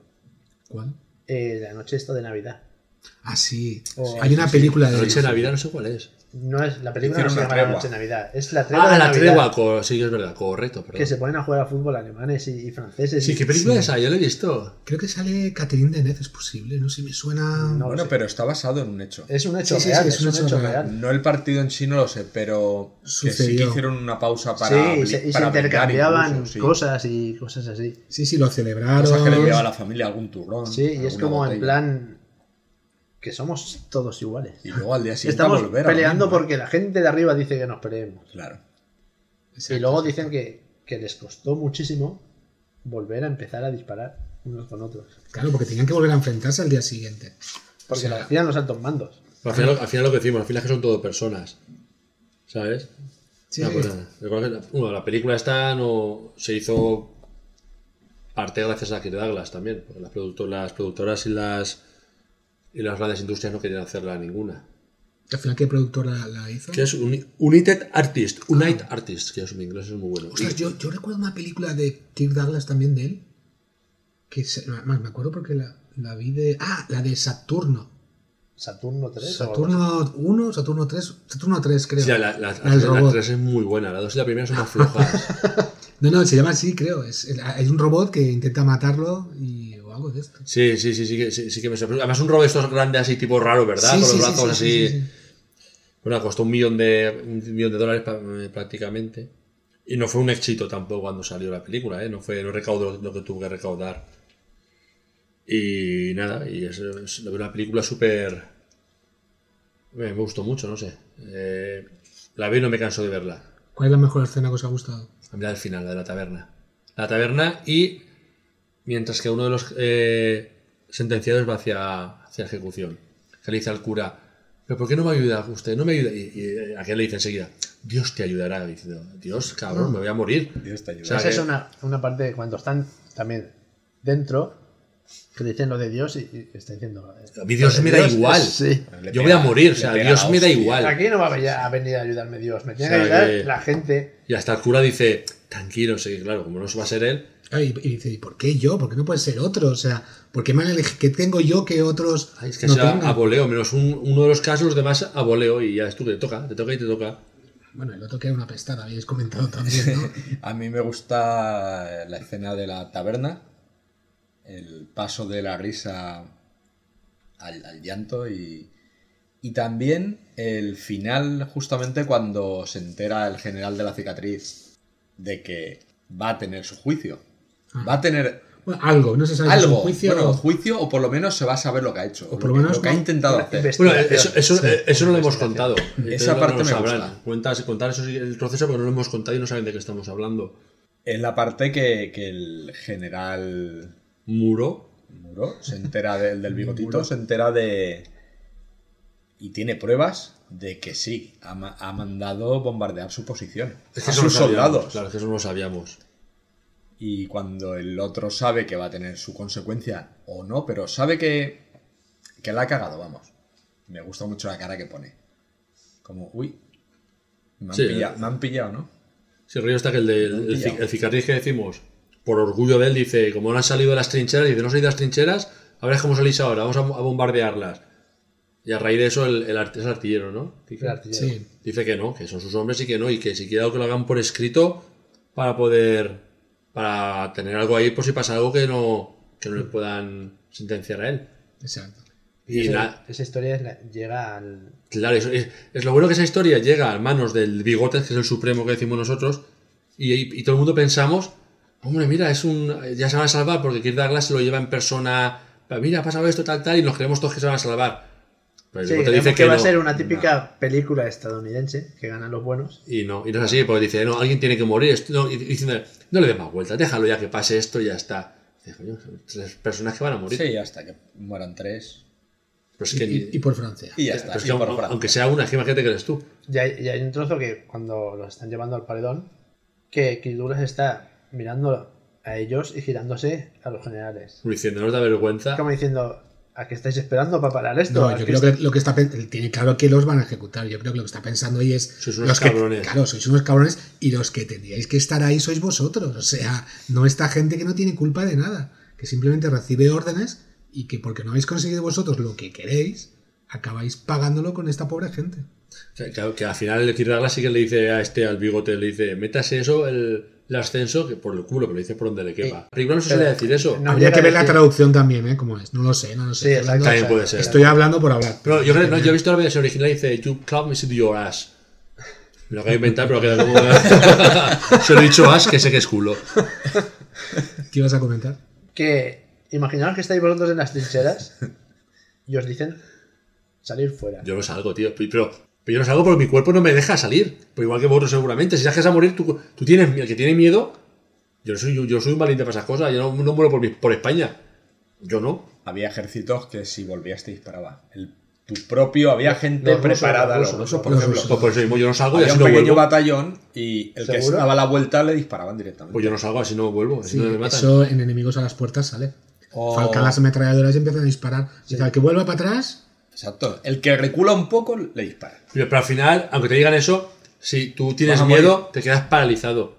D: ¿Cuál?
B: Eh, la noche esta de Navidad.
D: Ah, sí.
B: O-
D: Hay una película
A: La
D: de
A: noche de Navidad no sé cuál es.
B: No es, la película no
C: Hicieron
B: se
C: una
B: llama La
C: tregua.
B: noche de Navidad, es la tregua
A: Ah,
B: de
A: la
B: Navidad,
A: tregua. co- Sí, es verdad, correcto. perdón.
B: que se ponen a jugar a fútbol alemanes y, y franceses.
A: Sí,
B: y-
A: ¿qué película
D: Sí.
A: es esa? Yo la he visto.
D: Creo que sale Catherine Deneuve, es posible. No sé, me suena...
B: No.
C: Bueno,
B: sé.
C: pero está basado en un hecho.
B: Es un hecho
D: Sí, sí,
B: real,
D: sí,
B: es, un hecho real.
C: No el partido en sí, no lo sé, pero que sí que
D: Sucedió.
C: hicieron una pausa para.
B: Sí, y
C: bli-
B: se, y se
C: para brindar
B: intercambiaban
C: incluso, sí.
B: cosas y cosas así.
D: Sí, sí, lo celebraron.
C: Cosas que le llevaba a la familia, algún turrón.
B: Sí, y es
C: alguna
B: como en
C: botella.
B: plan que somos todos iguales.
C: Y luego al día siguiente
B: Estamos
C: volver a lo
B: peleando
C: mismo. ¿eh?
B: porque la gente de arriba dice que nos peleemos.
C: Claro.
B: Y luego dicen que, que les costó muchísimo volver a empezar a disparar unos con otros.
D: Claro, porque tenían que volver a enfrentarse al día siguiente.
B: Porque
D: O sea,
B: lo hacían los altos mandos.
A: Pero al, final, al final lo que decimos, al final es que son todo personas. ¿Sabes?
D: sí,
A: No,
D: sí.
A: pues nada. Recuerda que la- bueno, la película esta no se hizo parte gracias a Kirk Douglas también. porque las, producto- las productoras y las y las grandes industrias no querían hacerla ninguna.
D: Al final, ¿qué productora la, la hizo?
A: Que es Uni- United Artist, United
D: Ah.
A: Artist, que es un inglés es muy bueno.
D: Ostras, yo, yo recuerdo una película de Kirk Douglas también de él. Que se- más me acuerdo porque la, la vi de. Ah, la de Saturno.
B: Saturno 3. o algo
D: Saturno 1, Saturno 3, Saturno 3 creo.
A: Sí, la, la, la-
D: La del
A: la
D: robot.
A: tres es muy buena, la dos y la primera son más flojas.
D: No, no, se llama así, creo. Es, el- hay un robot que intenta matarlo y o algo de esto.
A: Sí, sí, sí, sí, que- sí, sí que me sorprende. Además, un robot de estos grandes así, tipo raro, ¿verdad? Con los brazos así. Bueno, costó un millón de, un millón de dólares pa- eh, prácticamente. Y no fue un éxito tampoco cuando salió la película, ¿eh? No, fue, no recaudó lo que tuvo que recaudar. Y nada, y es, es una película súper... eh, Me, me gustó mucho, no sé. Eh, la vi y no me canso de verla.
D: ¿Cuál es la mejor escena que os ha gustado?
A: A mí la del final, la de la taberna. La taberna y... Mientras que uno de los eh, sentenciados va hacia, hacia ejecución. Se le dice al cura, ¿pero por qué no me ayuda usted? No me ayuda. Y, y aquel le dice enseguida, Dios te ayudará. Diciendo, Dios, cabrón, me voy a morir.
C: Dios te ayude.
A: O sea,
B: Esa es
A: que-
B: una, una parte de cuando están también dentro, que dicen lo de Dios y, y está diciendo. eh,
A: A mí Dios
B: lo de
A: me da igual.
B: sí.
C: Le
A: Yo
C: pega-
A: voy a morir, o
C: le
A: sea,
C: pega
A: Dios
C: la
A: me da
C: hostia.
A: igual.
B: Aquí no va a venir a, venir a ayudarme Dios, me tiene
A: O
B: que
A: sea,
B: ayudar
A: que-
B: la gente.
A: Y hasta el cura dice, tranquilo, sí, claro, como no va a ser él.
D: Ah, y, y dice, ¿y por qué yo? ¿Por qué no puede ser otro? O sea, ¿por qué me han elegi- ¿Qué tengo yo que otros
A: Ay, es que
D: no
A: sea
D: tengan?
A: a voleo, menos un- uno de los casos, los demás a voleo. Y ya es tú que te toca, te toca y te toca.
D: Bueno, el otro que era una pestada, habéis comentado también, ¿no?
C: A mí me gusta la escena de la taberna, el paso de la risa al, al llanto y, y también el final justamente cuando se entera el general de la cicatriz de que va a tener su juicio. Va a tener
D: Bueno, algo, no se sabe si es un
C: algo,
D: Ah, juicio.
C: bueno,
D: o-
C: juicio o por lo menos se va a saber lo que ha hecho, o
D: por
C: lo,
D: lo
C: que-
D: menos
C: lo que ha
D: no-
C: intentado
B: una
C: hacer.
B: investigación.
A: Bueno, eso, eso, eh, eso no lo hemos contado. Entonces,
C: parte
A: lo
C: me
A: sabrán.
C: gusta.
A: Cuentas, contar eso sí, el proceso porque no lo hemos contado y no saben de qué estamos hablando.
C: Es la parte que, que el general
A: Muro.
C: Muro se entera del, del bigotito, se entera de. Y tiene pruebas de que sí, ha, ma- ha mandado bombardear su posición. a
A: eso no
C: sus
A: Ah, lo sabíamos,
C: soldados.
A: Claro, es que eso no lo sabíamos.
C: Y cuando el otro sabe que va a tener su consecuencia o no, pero sabe que. que la ha cagado, vamos. Me gusta mucho la cara que pone. Como, uy. Me han,
A: Sí,
C: pilla-
A: eh.
C: me han pillado, ¿no?
A: Sí, el rollo está que el, de, el, el ci- el cicatriz que decimos, por orgullo de él, dice, como no han salido de las trincheras, dice, no salís de las trincheras, a ver cómo salís ahora, vamos a, a bombardearlas. Y a raíz de eso, el, el art- es artillero, ¿no?
B: El artillero.
D: Sí.
A: Dice que no, que son sus hombres y que no, y que si quiero que lo hagan por escrito para poder, para tener algo ahí por si pasa algo que no, que no le puedan sentenciar a él.
D: Exacto.
A: Y
B: Esa-
A: la-
B: esa historia es la- llega al.
A: claro, eso es, es lo bueno que esa historia llega a manos del Bigotes, que es el supremo que decimos nosotros, y, y- y todo el mundo pensamos, hombre, mira, es un ya se van a salvar porque Kirk Douglas se lo lleva en persona, pero mira, ha pasado esto, tal, tal, y nos creemos todos que se van a salvar. Pero el
B: Sí,
A: Bigotes
B: creemos
A: dice
B: que, va a
A: no.
B: ser una típica película estadounidense que ganan los buenos.
A: Y no, y no es así, porque dice, no, alguien tiene que morir. esto- no, y- y diciéndole, no le des más vueltas, déjalo ya que pase esto y ya está. Dice, coño, son tres personas que van a morir.
C: Sí, hasta que mueran tres.
A: Pero es
D: Y,
A: que,
D: y- y por Francia.
C: Y ya
A: Eh, pero
C: está.
A: es que
C: y por
A: aun-
C: Francia.
A: aunque sea una, es que imagínate que eres tú.
B: Y hay, y hay un trozo que cuando los están llevando al paredón, que Kirk Douglas está mirando a ellos y girándose a los generales.
A: Como Diciendo, no os da vergüenza.
B: Como diciendo, ¿a qué estáis esperando para parar esto?
D: No,
B: ¿A
D: yo
B: qué
D: creo
A: este
D: que lo que está pen- él tiene claro que los van a ejecutar. Yo creo que lo que está pensando ahí es
A: Sois unos
D: los que-
A: cabrones.
D: claro, sois unos cabrones y los que tendríais que estar ahí sois vosotros. O sea, no esta gente que no tiene culpa de nada, que simplemente recibe órdenes y que porque no habéis conseguido vosotros lo que queréis, acabáis pagándolo con esta pobre gente.
A: Que, que- que al final el Kirk Douglas sí que le dice a este, al bigote, le dice, métase eso, el, el ascenso, que por el culo, pero le dice por donde le quepa. La película no se
B: pero-
A: suele decir eso.
B: No,
D: Habría
B: llega
D: que ver la
B: decir-
D: traducción también, ¿eh? Como es. No lo sé, no lo sé.
B: Sí,
D: Estoy hablando-
A: También puede ser.
D: Estoy hablando por hablar.
A: Pero yo creo, no, yo he visto la versión original y dice, You club me to your ass. Me lo acabo de inventar, pero queda como. se lo he dicho ass, que sé que es culo.
D: ¿Qué ibas a comentar?
B: que imaginaos que estáis vosotros en las trincheras y os dicen Salir fuera.
A: Yo no salgo, tío. Pero, pero yo no salgo porque mi cuerpo no me deja salir. Pues igual que vosotros seguramente. Si dejas a morir, tú, tú tienes miedo. El que tiene miedo, yo no soy, yo, yo soy un valiente para esas cosas. Yo no, no muero por, mi- por España. Yo no.
C: Había ejércitos que si volvías te disparaba. El, tu propio, había gente
B: Los rusos,
C: preparada.
B: los
C: Los
B: rusos,
C: rusos, por
B: los
C: ejemplo.
B: rusos.
A: Pues por eso mismo yo no salgo y
C: Había
A: así
C: un
A: no
C: pequeño
A: vuelvo.
C: batallón y el que
B: ¿Seguro?
C: estaba a la vuelta le disparaban directamente.
A: Pues yo no salgo, así no vuelvo. Así
D: Sí,
A: no me matan.
D: eso en enemigos a las puertas sale.
C: O-
D: Falcan las ametralladoras y empiezan a disparar. Y tal, que vuelva para atrás,
C: Exacto. El que recula un poco le dispara.
A: Pero, pero al final, aunque te digan eso, si tú tienes
C: Vas a morir.
A: miedo, te quedas paralizado.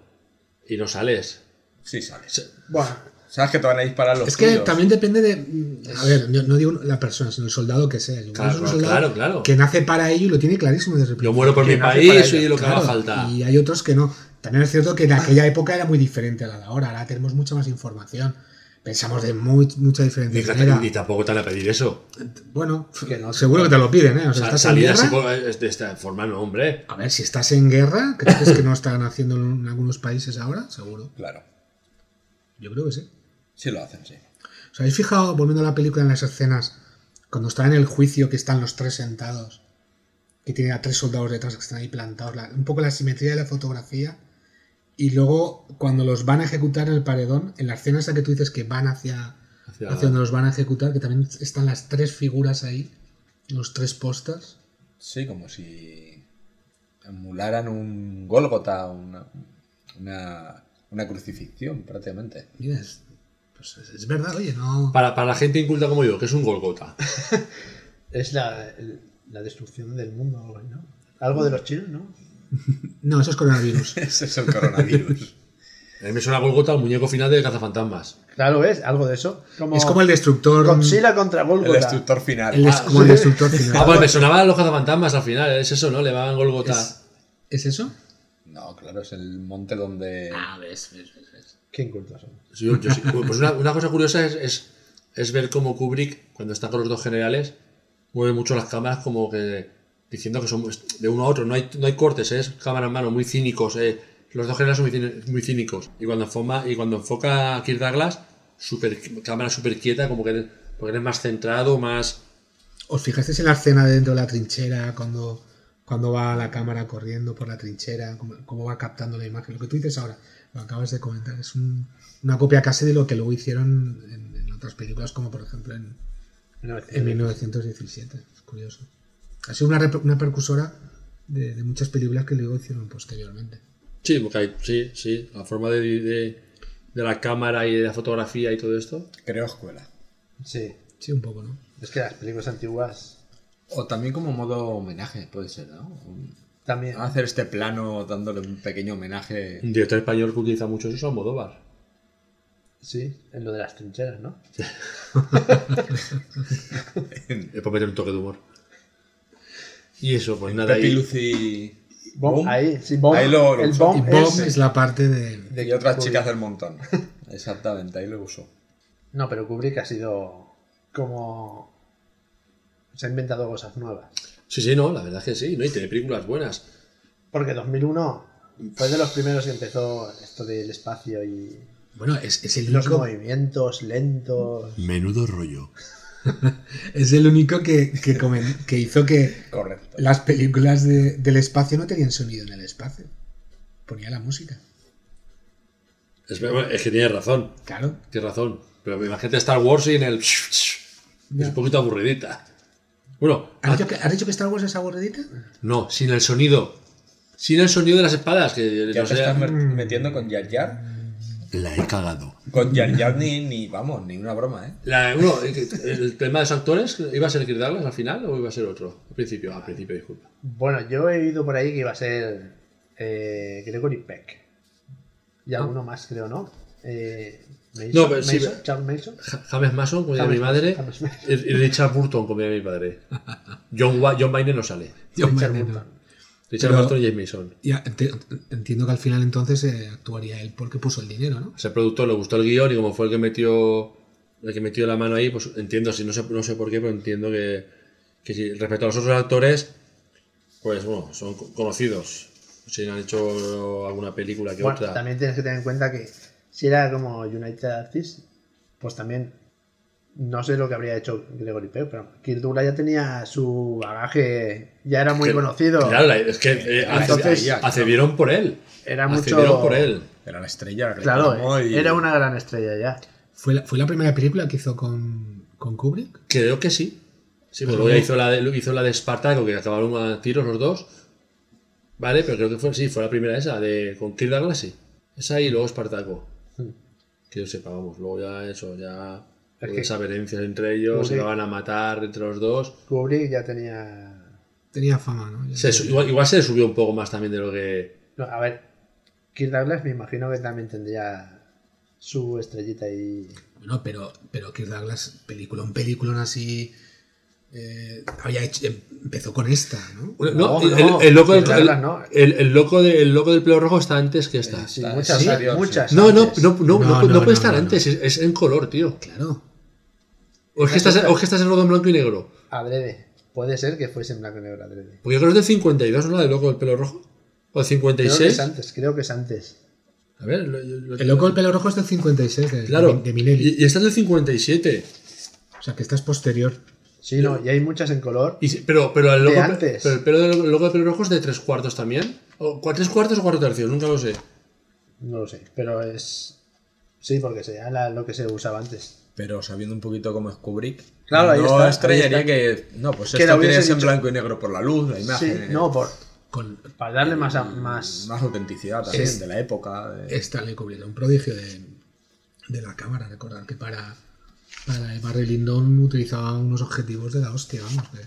A: Y no sales.
C: Sí, sales.
B: Bueno,
C: Sabes que te van a disparar los
D: Es que
C: tuyos.
D: también depende de. mm, A ver, yo no digo la persona, sino el soldado que sea. Igual
A: Claro,
D: es un soldado
A: claro, claro.
D: que nace para ello y lo tiene clarísimo desde el
A: Yo
D: principio.
A: muero por mi
C: nace para
A: país
C: ello,
A: y lo que haga
D: Claro,
A: falta.
D: Y hay otros que no. También es cierto que en aquella época era muy diferente a la de ahora. Ahora tenemos mucha más información. Pensamos de muy, mucha
A: Ni,
D: diferente
A: que-
D: manera.
A: ni tampoco te van a pedir eso.
D: Bueno,
B: Que no,
D: seguro que te lo piden, ¿eh? O sea,
A: Sa-
D: estás en
A: Salir
D: guerra.
A: así con- eh, es de esta forma, no, hombre.
D: A ver, si estás en guerra, ¿crees que no están haciéndolo en algunos países ahora? Seguro.
C: Claro.
D: Yo creo que sí.
C: Sí lo hacen, sí.
D: ¿Os habéis fijado, volviendo a la película, en las escenas, cuando está en el juicio que están los tres sentados, que tiene a tres soldados detrás que están ahí plantados, la- un poco la simetría de la fotografía, y luego cuando los van a ejecutar en el paredón, en la escena esa que tú dices que van hacia,
A: Hacia-
D: hacia donde los van a ejecutar, que también están las tres figuras ahí, los tres postas,
C: Sí, como si emularan un Gólgota, una, una, una crucifixión prácticamente.
D: mira, es, pues es, es verdad, oye, no...
A: Para, para la gente inculta como yo, que es un Golgota.
B: es la, el- la destrucción del mundo, algo así, ¿no? Algo de los chinos, ¿no?
D: No, eso es coronavirus.
C: Ese es el coronavirus.
A: A mí me suena Golgota al muñeco final de Cazafantasmas.
B: Claro, es algo de eso.
D: es como el destructor...
B: Godzilla contra
C: el
B: Golgotha.
C: destructor final. Ah,
D: el des- como el destructor final.
A: Ah, pues me sonaban los Cazafantasmas al final, es eso, ¿no? Le van Golgota.
D: Es- ¿Es eso?
C: No, claro, es el monte donde...
B: Qué incultos son.
A: Sí, yo- yo sí. Pues una, una cosa curiosa es, es, es ver cómo Kubrick, cuando está con los dos generales, mueve mucho las cámaras como que diciendo que son de uno a otro. No hay, no hay cortes, ¿eh? es cámara en mano, muy cínicos. ¿eh? Los dos generales son muy, cíni- muy cínicos. Y cuando, enfoma- y cuando enfoca a Kirk Douglas, super, cámara súper quieta, como que eres, porque eres más centrado, más...
D: ¿Os fijasteis en la escena de dentro de la trinchera cuando, cuando va la cámara corriendo por la trinchera? Cómo, cómo va captando la imagen? Lo que tú dices ahora, lo acabas de comentar, es un- una copia casi de lo que luego hicieron en, en otras películas, como por ejemplo en, en 1917. Es curioso. Ha sido una, rep- una precursora de, de muchas películas que luego hicieron posteriormente.
A: Sí, porque hay- sí, sí, la forma de, de, de la cámara y de la fotografía y todo esto.
C: Creo escuela.
B: Sí.
D: Sí, un poco, ¿no?
B: Es que las películas antiguas
C: O también como modo homenaje, puede ser, ¿no? Un-
B: también.
C: Hacer este plano dándole un pequeño homenaje.
A: Un director español que utiliza mucho eso es Almodóvar.
B: Sí, en lo de las trincheras, ¿no?
A: Es para meter un toque de humor. Y eso, pues nada.
C: Pepi
A: ahí-
C: Lucy
B: Bomb,
C: Bomb.
B: Ahí, sí, bomb.
C: Ahí lo- lo
B: el
C: usó.
D: Y
B: bomb,
D: Bob
B: es-
D: es la parte de...
C: y otras chicas del montón. Exactamente, ahí lo usó.
B: No, pero Kubrick ha sido como... Se ha inventado cosas nuevas.
A: Sí, sí, no, la verdad es que sí, ¿no? Y tiene películas buenas.
B: Porque 2001 fue de los primeros que empezó esto del espacio y
D: Bueno, es, es el
B: los
D: único
B: movimientos lentos.
A: Menudo rollo.
D: Es el único que, que, comen- que hizo que
C: Correcto.
D: las películas de- del espacio no tenían sonido en el espacio. Ponía la música.
A: Es, bueno, es que tienes razón,
D: Claro.
A: tienes razón. Pero imagínate Star Wars y en el... Es un poquito aburridita. Bueno,
D: ¿Has dicho, que, has dicho que Star Wars es aburridita?
A: no, sin el sonido. Sin el sonido de las espadas, que
C: Ya
A: no
C: te
A: sé...
C: estás mer- metiendo con Yar Yar.
A: La he cagado.
C: Con Yar Yar ni, ni, vamos, ni una broma, ¿eh?
A: bueno, el, el tema de los actores, ¿iba a ser Kirk Douglas al final o iba a ser otro? Al principio, al principio, disculpa.
B: Bueno, yo he oído por ahí que iba a ser eh, Gregory Peck. Y alguno más, creo, ¿no? Eh, Mason,
A: No, pero sí,
B: Mason,
A: pero-
B: Charles Mason.
A: Ja- James Mason, como diría
B: James
A: mi madre,
B: Mason, James Mason.
A: y y Richard Burton, como diría mi padre. John, Wa- John Wayne no sale.
D: Dios
B: Richard
D: mío,
B: Burton.
A: Richard
D: Pero-
A: Burton y James Mason.
D: Ya, ente- entiendo que al final entonces eh, actuaría él porque puso el dinero, ¿no?
A: A ese productor le gustó el guión y como fue el que metió el que metió la mano ahí, pues entiendo, si no sé, no sé por qué, pero entiendo que, que si- respecto a los otros actores, pues bueno, son co- conocidos. Si han hecho alguna película que
B: Bueno,
A: otra.
B: también tienes que tener en cuenta que si era como United Artists, pues también No sé lo que habría hecho Gregory Peck, pero Kirk Douglas ya tenía su bagaje, ya era muy
A: Que-
B: conocido.
A: Claro, la- es que eh, hace-
B: Entonces-
A: ahí accedieron por él.
B: era mucho.
A: Accedieron por él.
C: Era la estrella.
B: Claro, eh,
C: reclamó y-
B: era una gran estrella ya.
D: ¿Fue la, ¿Fue la primera película que hizo con, con Kubrick?
A: Creo que sí. Sí, porque
D: Ajá.
A: luego ya hizo la, de, hizo la de Espartaco, que acabaron a tiros los dos. Vale, pero creo que fue, sí, fue la primera esa, de con Kirk Douglas, sí. Esa y luego Espartaco. Que yo sepa, vamos, luego ya eso, ya
B: Hmm. Es
A: por
B: que-
A: esas herencias entre ellos,
B: Kubrick-
A: se van a matar entre los dos.
B: Kubrick ya tenía
D: Tenía fama, ¿no? Ya
A: Se su- igual, igual se le subió un poco más también de lo que...
B: No, a ver, Kirk Douglas me imagino que también tendría su estrellita y
D: Bueno, pero, pero Kirk Douglas, película, un peliculón así. eh, había hecho- em- empezó con esta, ¿no?
A: No,
B: No,
A: el,
B: no,
A: el loco del,
B: Kirk
A: el,
B: Douglas no. Eh,
A: el- el loco de- el loco del pelo rojo está antes que esta.
B: sí,
C: está-
B: muchas,
C: sí,
B: antes,
C: sí.
B: muchas.
A: No, no,
B: antes.
A: no, no,
D: No,
A: no, no
D: no,
A: puede
D: no,
A: estar
D: no,
A: antes, es, es en color, tío.
D: Claro.
A: O es que estás, o es que estás en rojo en blanco y negro.
B: Adrede. Puede ser que fuese en blanco y negro adrede.
A: Porque yo creo que es del 52, ¿no? La del loco del pelo rojo. O
B: Creo que es
A: 56.
B: antes, creo que es antes.
A: A ver, lo- yo- lo-
D: El loco del pelo rojo es del 56 de,
A: Claro.
D: de, Minelli.
A: Y, y esta es del 57.
D: O sea, que esta es posterior.
B: Sí, no, y hay muchas en color.
A: Y si- pero, pero, el
B: De
A: loco,
B: antes.
A: pero el pelo del el loco del pelo rojo es de tres cuartos también. O, cua- ¿Tres cuartos o cuatro tercios? Nunca lo sé.
B: No lo sé, pero es. Sí, porque sería la- lo que se usaba antes.
C: Pero sabiendo un poquito cómo es Kubrick,
B: Claro, ahí
C: no
B: está, ahí
C: extrañaría
B: está.
C: que. No, pues
B: Que
C: esto
B: la
C: tiene que
B: hubiesen
C: ser en
B: hecho-
C: blanco y negro por la luz, la imagen.
B: Sí,
C: eh,
B: no, por,
D: Con
B: para darle más, a- más.
C: Más autenticidad también
D: Sí.
C: de la época. de-
D: Stanley Kubrick, un prodigio de, de la cámara. Recordar que para, para el Barry Lyndon utilizaba unos objetivos de la hostia, vamos. que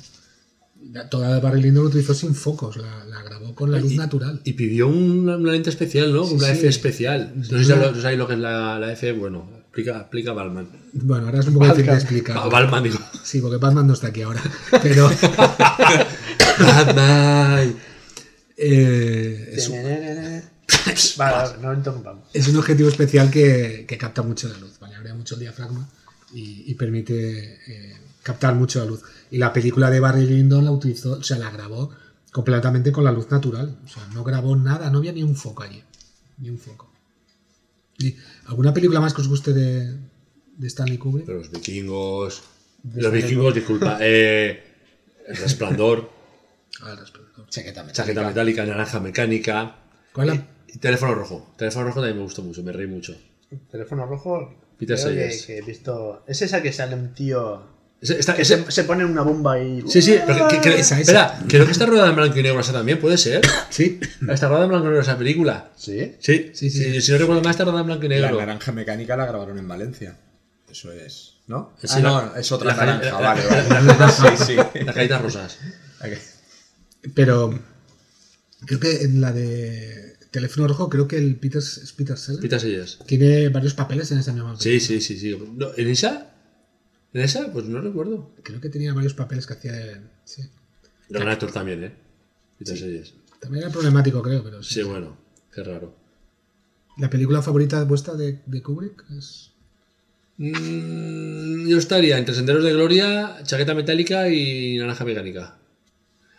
D: la- toda Barry Lyndon lo utilizó sin focos, la, la grabó con la luz
A: Y-
D: natural.
A: Y pidió una, una lente especial, ¿no?
D: Sí,
A: una
D: sí.
A: F especial. No sé si sabéis lo- sabéis lo que es la, la F. Bueno, explica, explica Balman.
D: Bueno, ahora es un poco
B: Balkan.
D: difícil de explicar.
A: Ah, Balman, digo.
D: Sí, porque Batman no está aquí ahora. Pero
A: Batman.
D: eh, es, un,
B: Vale, vale, no interrumpamos.
D: es un objetivo especial que, que capta mucho la luz, ¿vale? Abre mucho el diafragma y, y permite eh, captar mucho la luz. Y la película de Barry Lyndon la utilizó, o sea, la grabó completamente con la luz natural. O sea, no grabó nada, no había ni un foco allí. Ni un foco. ¿Y ¿Alguna película más que os guste de, de Stanley Kubrick?
A: Pero los vikingos. Los vikingos, disculpa. Eh, el resplandor,
D: Ah, el resplandor.
C: Chaqueta metálica.
A: chaqueta metálica, naranja mecánica.
D: ¿Cuál es
A: Y, y teléfono rojo. Teléfono rojo también me gustó mucho, me reí mucho.
B: Teléfono rojo.
A: Peter
B: creo que,
A: Sellers.
B: que he visto. Es esa que sale un tío.
A: Ese- esta-
B: Que
A: ese-
B: se, se pone una bomba y.
A: sí, sí, pero que- que-
D: Esa, esa.
A: espera, creo que está rodada en blanco y negro esa también, puede ser.
D: la- Sí.
A: Está rodada en blanco y negro esa película.
B: ¿Sí?
A: Sí,
D: Sí, sí.
A: Si, si no recuerdo mal, está rodada en blanco y
C: La
A: negro.
C: naranja mecánica la grabaron en Valencia. Eso es. ¿No?
A: Sí,
C: ah,
A: la-
C: no, es otra
A: la cara-
C: naranja,
A: la-
C: vale,
A: la-
C: vale. sí, sí.
A: Las caídas rosas.
D: Pero creo que en la de Teléfono Rojo, creo que el Peter, es Peter Sellers.
A: Pita ellas.
D: Tiene varios papeles en esa misma
A: Sí,
D: película.
A: sí, sí, sí. No, ¿En esa? ¿En esa? Pues no recuerdo.
D: Creo que tenía varios papeles que hacía de... Sí.
A: Era un actor también, ¿eh? Pita ellas.
D: También era problemático, creo, pero sí.
A: Sí, bueno, qué raro.
D: ¿La película favorita vuestra de, de Kubrick es...?
A: Mm, yo estaría entre Senderos de Gloria, Chaqueta Metálica y Naranja Mecánica.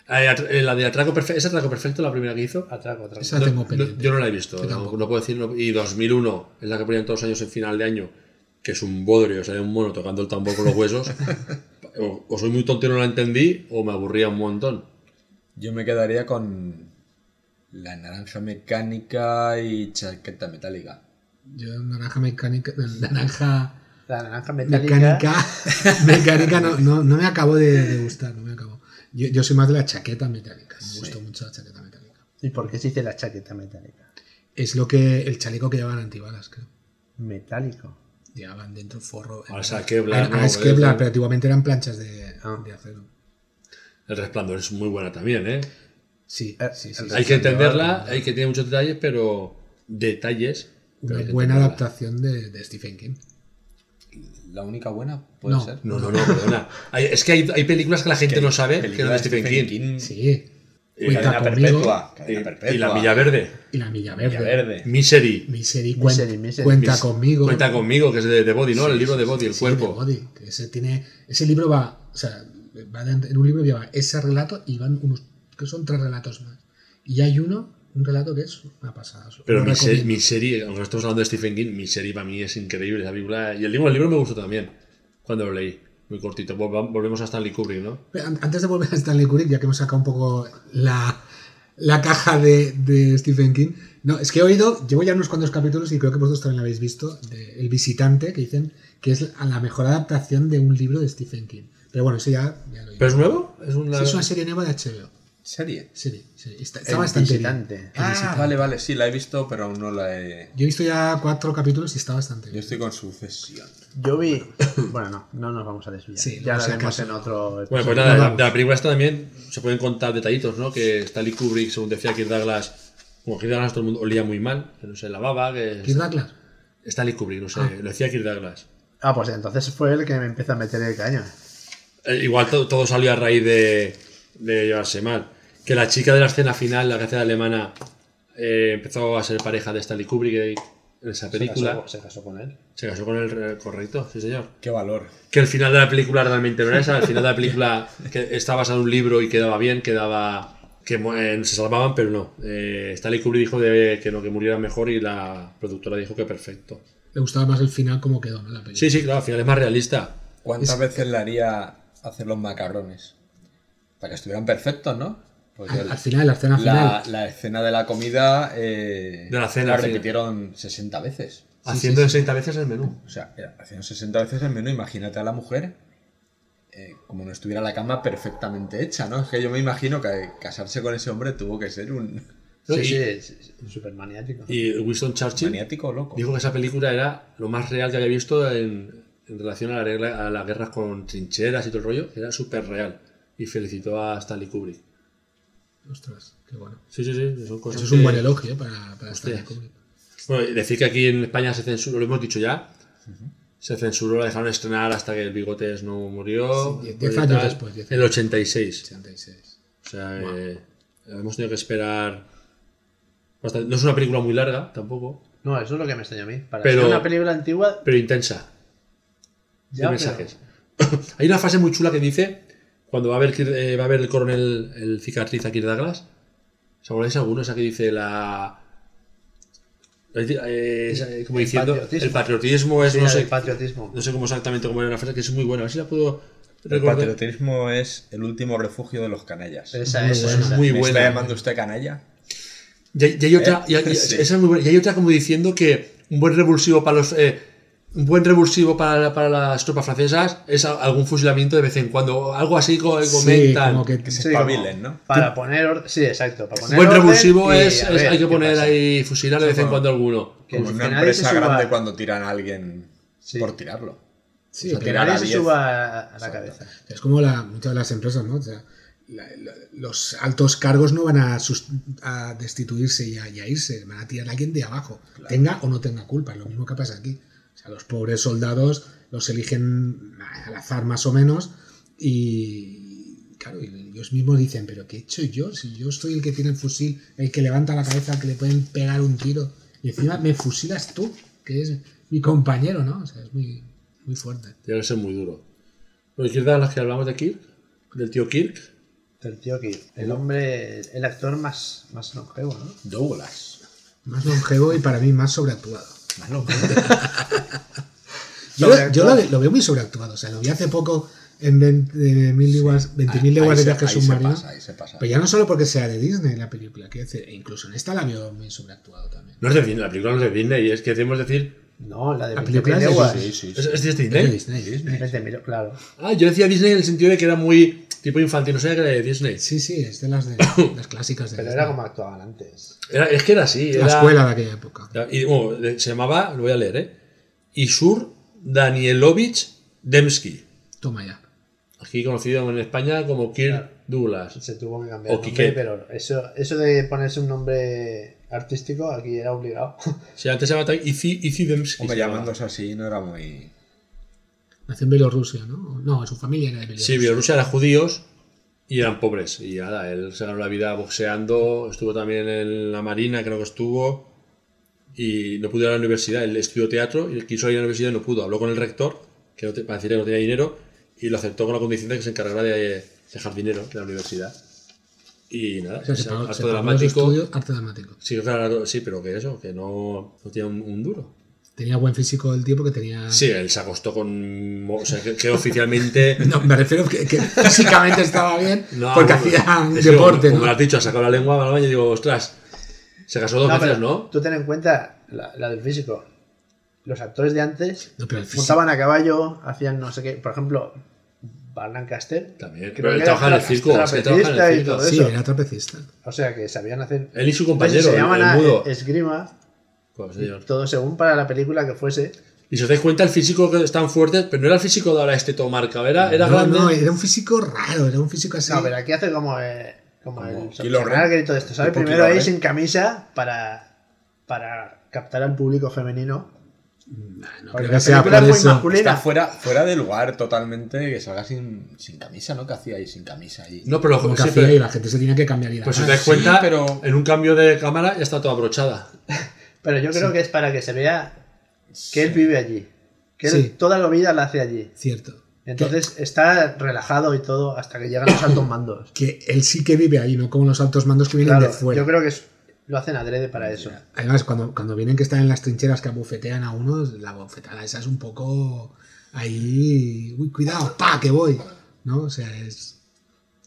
A: Eh, at- eh, La de Atraco Perfecto, ¿es Atraco Perfecto la primera que hizo?
B: Atraco, atraco.
D: Esa
A: No,
D: Ah, tengo
A: no,
D: pendiente.
A: yo no la he visto,
D: Yo
A: no,
D: tampoco.
A: no puedo decir. no- y 2001 es la que ponían todos los años en final de año, que es un bodrio, o sea, un mono tocando el tambor con los huesos. o, o soy muy tonto y no la entendí, o me aburría un montón.
C: Yo me quedaría con la naranja mecánica y chaqueta metálica.
D: Yo naranja mecánica... eh, Naranja
B: La naranja metálica.
D: mecánica... mecánica no, no, no me acabó de, de gustar, no me acabó. Yo, yo soy más de la chaqueta metálica. Me gustó mucho la chaqueta metálica.
B: ¿Y por qué se dice la chaqueta metálica?
D: Es lo que... El chaleco que llevaban antibalas, creo.
B: Metálico.
D: Llevaban dentro forro.
A: Ahora Ah, sea, Kevlar,
D: Ahora- ahora
A: ¿no?
D: es Kevlar, pero antiguamente eran planchas de,
B: Ah.
D: de acero.
A: El resplandor es muy buena también, ¿eh?
D: Sí, sí, sí.
A: Hay que entenderla, hay que tener muchos detalles, pero detalles. pero
D: Una
A: hay que
D: buena
A: entenderla.
D: adaptación de, de Stephen King.
C: ¿La única buena puede
D: No.
C: ser?
A: No, no, no, perdona. Hay- es que hay, hay películas que la gente no sabe que es
C: Película
A: de Stephen King.
D: Sí.
A: Y
D: Cuenta
C: Cadena
D: conmigo.
C: perpetua.
A: ¿eh? Y,
C: Cadena perpetua.
A: y La Milla Verde.
D: Y la Milla Verde.
C: Milla Verde.
A: Misery.
D: Misery, cuen-
B: Misery, Misery.
D: Cuenta
A: Mis-
D: conmigo.
A: Cuenta conmigo, que es de, de Body, ¿no? el libro de Body, el
D: Sí,
A: cuerpo.
D: de Body, que ese, tiene, ese libro va. O sea, va de- en un libro lleva ese relato y van unos. que son tres relatos más. Y hay uno, un relato que es una pasada. os lo
A: Pero mi, se-
D: recomiendo.
A: mi serie, aunque no estamos hablando de Stephen King, mi serie para mí es increíble. Esa película, y el libro, el libro me gustó también. cuando lo leí. Muy cortito. Volva- Volvemos a Stanley Kubrick, ¿no?
D: Pero an- Antes de volver a Stanley Kubrick, ya que hemos sacado un poco la, la caja de, de Stephen King, no, es que he oído, llevo ya unos cuantos capítulos y creo que vosotros también lo habéis visto, de El Visitante, que dicen que es a la mejor adaptación de un libro de Stephen King. Pero bueno, eso ya, ya lo oímos.
A: ¿Pero es nuevo? Es una...
D: Sí, es una serie nueva de HBO.
C: ¿Serie?
D: Serie, serie. Está, está
B: El
D: bastante bien.
B: visitante.
D: El
C: Ah,
D: Visitante.
C: vale, vale, sí, la he visto, pero aún no la he...
D: Yo he visto ya cuatro capítulos y está bastante
C: Yo
D: bien.
C: estoy con sucesión.
B: Yo vi. Bueno, no, no nos vamos a desviar.
D: Sí,
B: ya
D: no
B: lo
D: sé
B: haremos
D: acaso.
B: en otro
A: Bueno, pues
D: Sí,
A: nada,
D: nos
A: de la-
D: vamos.
A: de la película esta también se pueden contar detallitos, ¿no? Que Stanley Kubrick, según decía Kirk Douglas, como Kirk Douglas todo el mundo olía muy mal, que no se lavaba, que...
D: Kirk Douglas.
A: Stanley Kubrick, no sé,
D: Ah.
A: lo decía Kirk Douglas.
B: Ah, pues entonces fue el que me empezó a meter el caño.
A: Eh, igual to- todo salió a raíz de, de llevarse mal. Que la chica de la escena final, la que hace de alemana, eh, empezó a ser pareja de Stanley Kubrick eh, en esa
B: Se
A: película.
B: casó, se casó con él.
A: Se casó con el eh, correcto, sí señor.
C: Qué valor.
A: Que el final de la película realmente no era esa. El final de la película que está basado en un libro y quedaba bien, quedaba. que mu- eh, se salvaban, pero no. Eh, Stanley Kubrick dijo de que no, que muriera mejor y la productora dijo que perfecto.
D: Le gustaba más el final como quedó, ¿no? La película.
A: Sí, sí, claro, al final es más realista.
C: ¿Cuántas veces le haría hacer los macarrones? Para que estuvieran perfectos, ¿no? Porque
D: Al,
C: el-
D: al final, la escena
C: la,
D: final.
C: la escena de la comida eh,
A: De la cena, sí.
C: repitieron 60 veces.
A: Haciendo 60 veces el menú.
C: O sea, eh, hacían 60 veces el menú. Imagínate a la mujer eh, como no estuviera la cama perfectamente hecha, ¿no? Es que yo me imagino que casarse con ese hombre tuvo que ser un
A: ¿no?
B: Sí,
A: Y-
B: sí, es, es súper maniático.
A: Y Winston Churchill
C: maniático loco.
A: dijo que esa película era lo más real que había visto en, en relación a, la regla- a las guerras con trincheras y todo el rollo. Era súper real. Y felicitó a Stanley Kubrick.
D: Ostras, qué bueno.
A: Sí, sí, sí. Son cosas
D: Eso es un
A: que-
D: buen elogio ¿eh? para, para
A: Hostias.
D: Stanley Kubrick.
A: Bueno, y decir que aquí en España se censuró, lo hemos dicho ya. Se censuró, la dejaron estrenar hasta que el Bigotes no murió.
D: Sí,
A: después
D: diez- diez
A: de
D: años
A: tal,
D: después, diez
A: El
D: años.
A: 86.
D: 86.
A: O sea, eh, hemos tenido que esperar. bastante. No es una película muy larga tampoco,
B: No, eso es lo que me extrañó a mí. Para
A: Pero-
B: ser una película antigua,
A: pero intensa.
B: Ya,
A: de mensajes. Hay una frase muy chula que dice, cuando va a ver, Kirk- eh, va a ver el coronel, el cicatriz a Kirk Douglas, ¿os acordáis alguno? Esa que dice la... eh, esa, eh, como
B: El
A: diciendo,
B: patriotismo.
A: el patriotismo es,
B: sí,
A: no,
B: el
A: sé,
B: patriotismo.
A: no sé cómo exactamente cómo era la frase, que es muy buena, a ver si la puedo
C: el
A: recordar.
C: patriotismo es el último refugio de los canallas.
B: Esa
D: Muy
B: es,
D: buena.
B: esa.
A: Muy
C: ¿Me
A: buena.
C: está llamando usted canalla?
A: Y hay, y hay otra,
C: ¿Eh?
A: y hay- y-
C: Sí.
A: esa es muy buena. Y hay otra como diciendo que un buen revulsivo para los... eh, un buen revulsivo para, para las tropas francesas es a- algún fusilamiento de vez en cuando. Algo así co-
D: Sí,
A: comentan.
D: como que
C: Que se
B: Sí, como
C: espabilen, ¿no?
B: Para poner orden. Sí, exacto. Para
A: Un
B: poner
A: buen
B: orden
A: revulsivo
B: y
A: es,
B: a
A: es-
B: ver
A: hay que
B: qué
A: poner
B: pasa.
A: ahí fusilar de vez en
C: Como-
A: cuando alguno.
B: Que
C: Como
B: el
C: una
B: nadie se
C: empresa
B: suba-
C: grande cuando tiran a alguien
B: Sí.
C: por tirarlo.
D: Sí,
C: O
D: pero
C: sea,
B: Que
C: tirar a
B: nadie se
C: 10.
B: suba a la
C: Exacto.
B: cabeza.
D: es como la, muchas de las empresas, ¿no? O sea, la- la- los altos cargos no van a, sus- a destituirse y a, y a irse, van a tirar a alguien de abajo, tenga o no tenga culpa, es lo mismo que pasa aquí. O sea, los pobres soldados los eligen al azar más o menos y, claro, y ellos mismos dicen, pero ¿qué he hecho yo? Si yo soy el que tiene el fusil, el que levanta la cabeza, al que le pueden pegar un tiro y encima me fusilas tú, que es mi compañero, ¿no? O sea, es muy, muy fuerte.
A: Tiene que ser muy duro. Bueno, Kirk Douglas, que hablamos de Kirk, del tío Kirk.
B: El tío que el hombre, el actor más, más longevo, ¿no?
C: Douglas.
D: Más longevo y para mí más sobreactuado. Yo,
B: Sobreactuado.
D: yo lo, lo veo muy sobreactuado. O sea, lo vi hace poco en 20.000 leguas, 20.000 leguas de
C: se-
D: viaje
C: ahí se
D: submarino.
C: pasa, ahí se pasa.
D: Pero ya no solo porque sea de Disney la película, quiero decir, e incluso en esta la veo muy sobreactuado también.
A: No es de Disney, la película no es de Disney, y es que decimos decir.
B: No, la de
D: La
B: 20.000
D: película es de
B: leguas.
D: Disney.
C: sí,
A: ¿Es, es de
D: Es de
A: Disney?
D: Disney.
B: 20.000, claro.
A: Ah, yo decía Disney en el sentido de que era muy tipo infantil, no sé, que era de Disney.
D: Sí, sí, es de las, de, las clásicas de
B: Pero
D: Disney.
B: era como actuaban antes.
A: Era- es que era así.
D: la
A: era-
D: escuela de aquella época.
A: Y, bueno, de- se llamaba, lo voy a leer, ¿eh? Isur Danielovich Dembski.
D: Toma ya.
A: Aquí conocido en España como Kirk
B: Claro.
A: Douglas.
B: Se tuvo que cambiar
A: O
B: el nombre,
A: Quique.
B: pero eso, eso de ponerse un nombre artístico aquí era obligado.
A: Si antes se llamaba también Izzy Izzy Dembski.
C: Hombre,
A: se llamaba.
C: llamándose así no era muy...
D: Nació en Bielorrusia, ¿no? No, su familia era de Bielorrusia.
A: Sí, Bielorrusia eran judíos y eran pobres. Y nada, él se ganó la vida boxeando, estuvo también en la marina, creo que estuvo, y no pudo ir a la universidad. Él estudió teatro y quiso ir a la universidad y no pudo. Habló con el rector, que no te- para decirle que no tenía dinero, y lo aceptó con la condición de que se encargara de dejar dinero de la universidad. Y nada,
D: O sea, se
A: es
D: pagó,
A: acto
D: se pagó los
A: dramático.
D: estudios, arte dramático.
A: Sí, claro, sí, pero que eso, que no, no tiene un, un duro.
D: Tenía buen físico el tío porque tenía.
A: Sí, él se acostó con. O sea, que, que oficialmente.
D: No, me refiero que, que físicamente estaba bien
A: No,
D: porque
A: bueno,
D: hacía
A: es que
D: deporte,
A: Como
D: ¿no?
A: lo has dicho, ha sacado la lengua al baño y digo, ostras, se casó dos
B: No,
A: veces,
B: pero
A: ¿no?
B: Tú ten en cuenta la, la del físico. Los actores de antes
D: No, pero el físico-
B: montaban a caballo, hacían no sé qué. Por ejemplo, Van Lancaster.
A: También.
B: creo
A: Pero él
B: que
A: trabaja en
B: era
A: el circo. Es que trabaja en
B: trapecista
A: el
B: y
A: circo.
B: todo
D: Sí,
B: eso.
D: era trapecista.
B: O sea que sabían hacer.
A: Él y su
B: Entonces,
A: compañero,
B: Pues se
A: el,
B: llaman
A: el
B: a
A: mudo.
B: esgrima,
A: Pues, señor.
B: todo según para la película que fuese.
A: Y si os dais cuenta, el físico que es tan fuerte, pero no era el físico de ahora este Tomarca, era, era
D: no,
A: grande.
D: no, era un físico raro, era un físico así.
B: No, pero aquí hace como, eh, como,
C: Como
B: el
C: Kylo Ren.
B: Schwarzenegger y todo esto, ¿sabes?
C: Tipo
B: Primero
C: Kylo
B: ahí
C: Ren.
B: sin camisa para, para captar al público femenino.
D: No
B: Porque
D: creo
B: la
D: que sea
B: película es
D: por
B: muy
D: eso.
B: masculina.
C: Está fuera, fuera de lugar totalmente que salga sin, sin camisa, ¿no? Que hacía ahí sin camisa. ahí?
A: No, pero
D: Como
A: lo
D: que
A: Pues sí,
D: hacía y
A: pero,
D: la Ah, gente se tenía que cambiar y ir a
A: pues si os
D: más.
A: dais cuenta,
C: pero-
A: en un cambio de cámara ya está toda brochada.
B: Pero yo creo que es para que se vea que él
C: Sí.
B: vive allí. Que él
D: Sí.
B: toda la vida la hace allí.
D: Cierto.
B: Entonces está relajado y todo hasta que llegan los altos mandos.
D: Que él sí que vive ahí, no como los altos mandos que vienen
B: Claro,
D: de fuera.
B: yo creo que es- lo hacen adrede para eso.
D: Además, cuando, cuando vienen que están en las trincheras que abofetean a unos, la bofetada esa es un poco ahí. Uy, cuidado, pa, que voy. ¿No? O sea, es.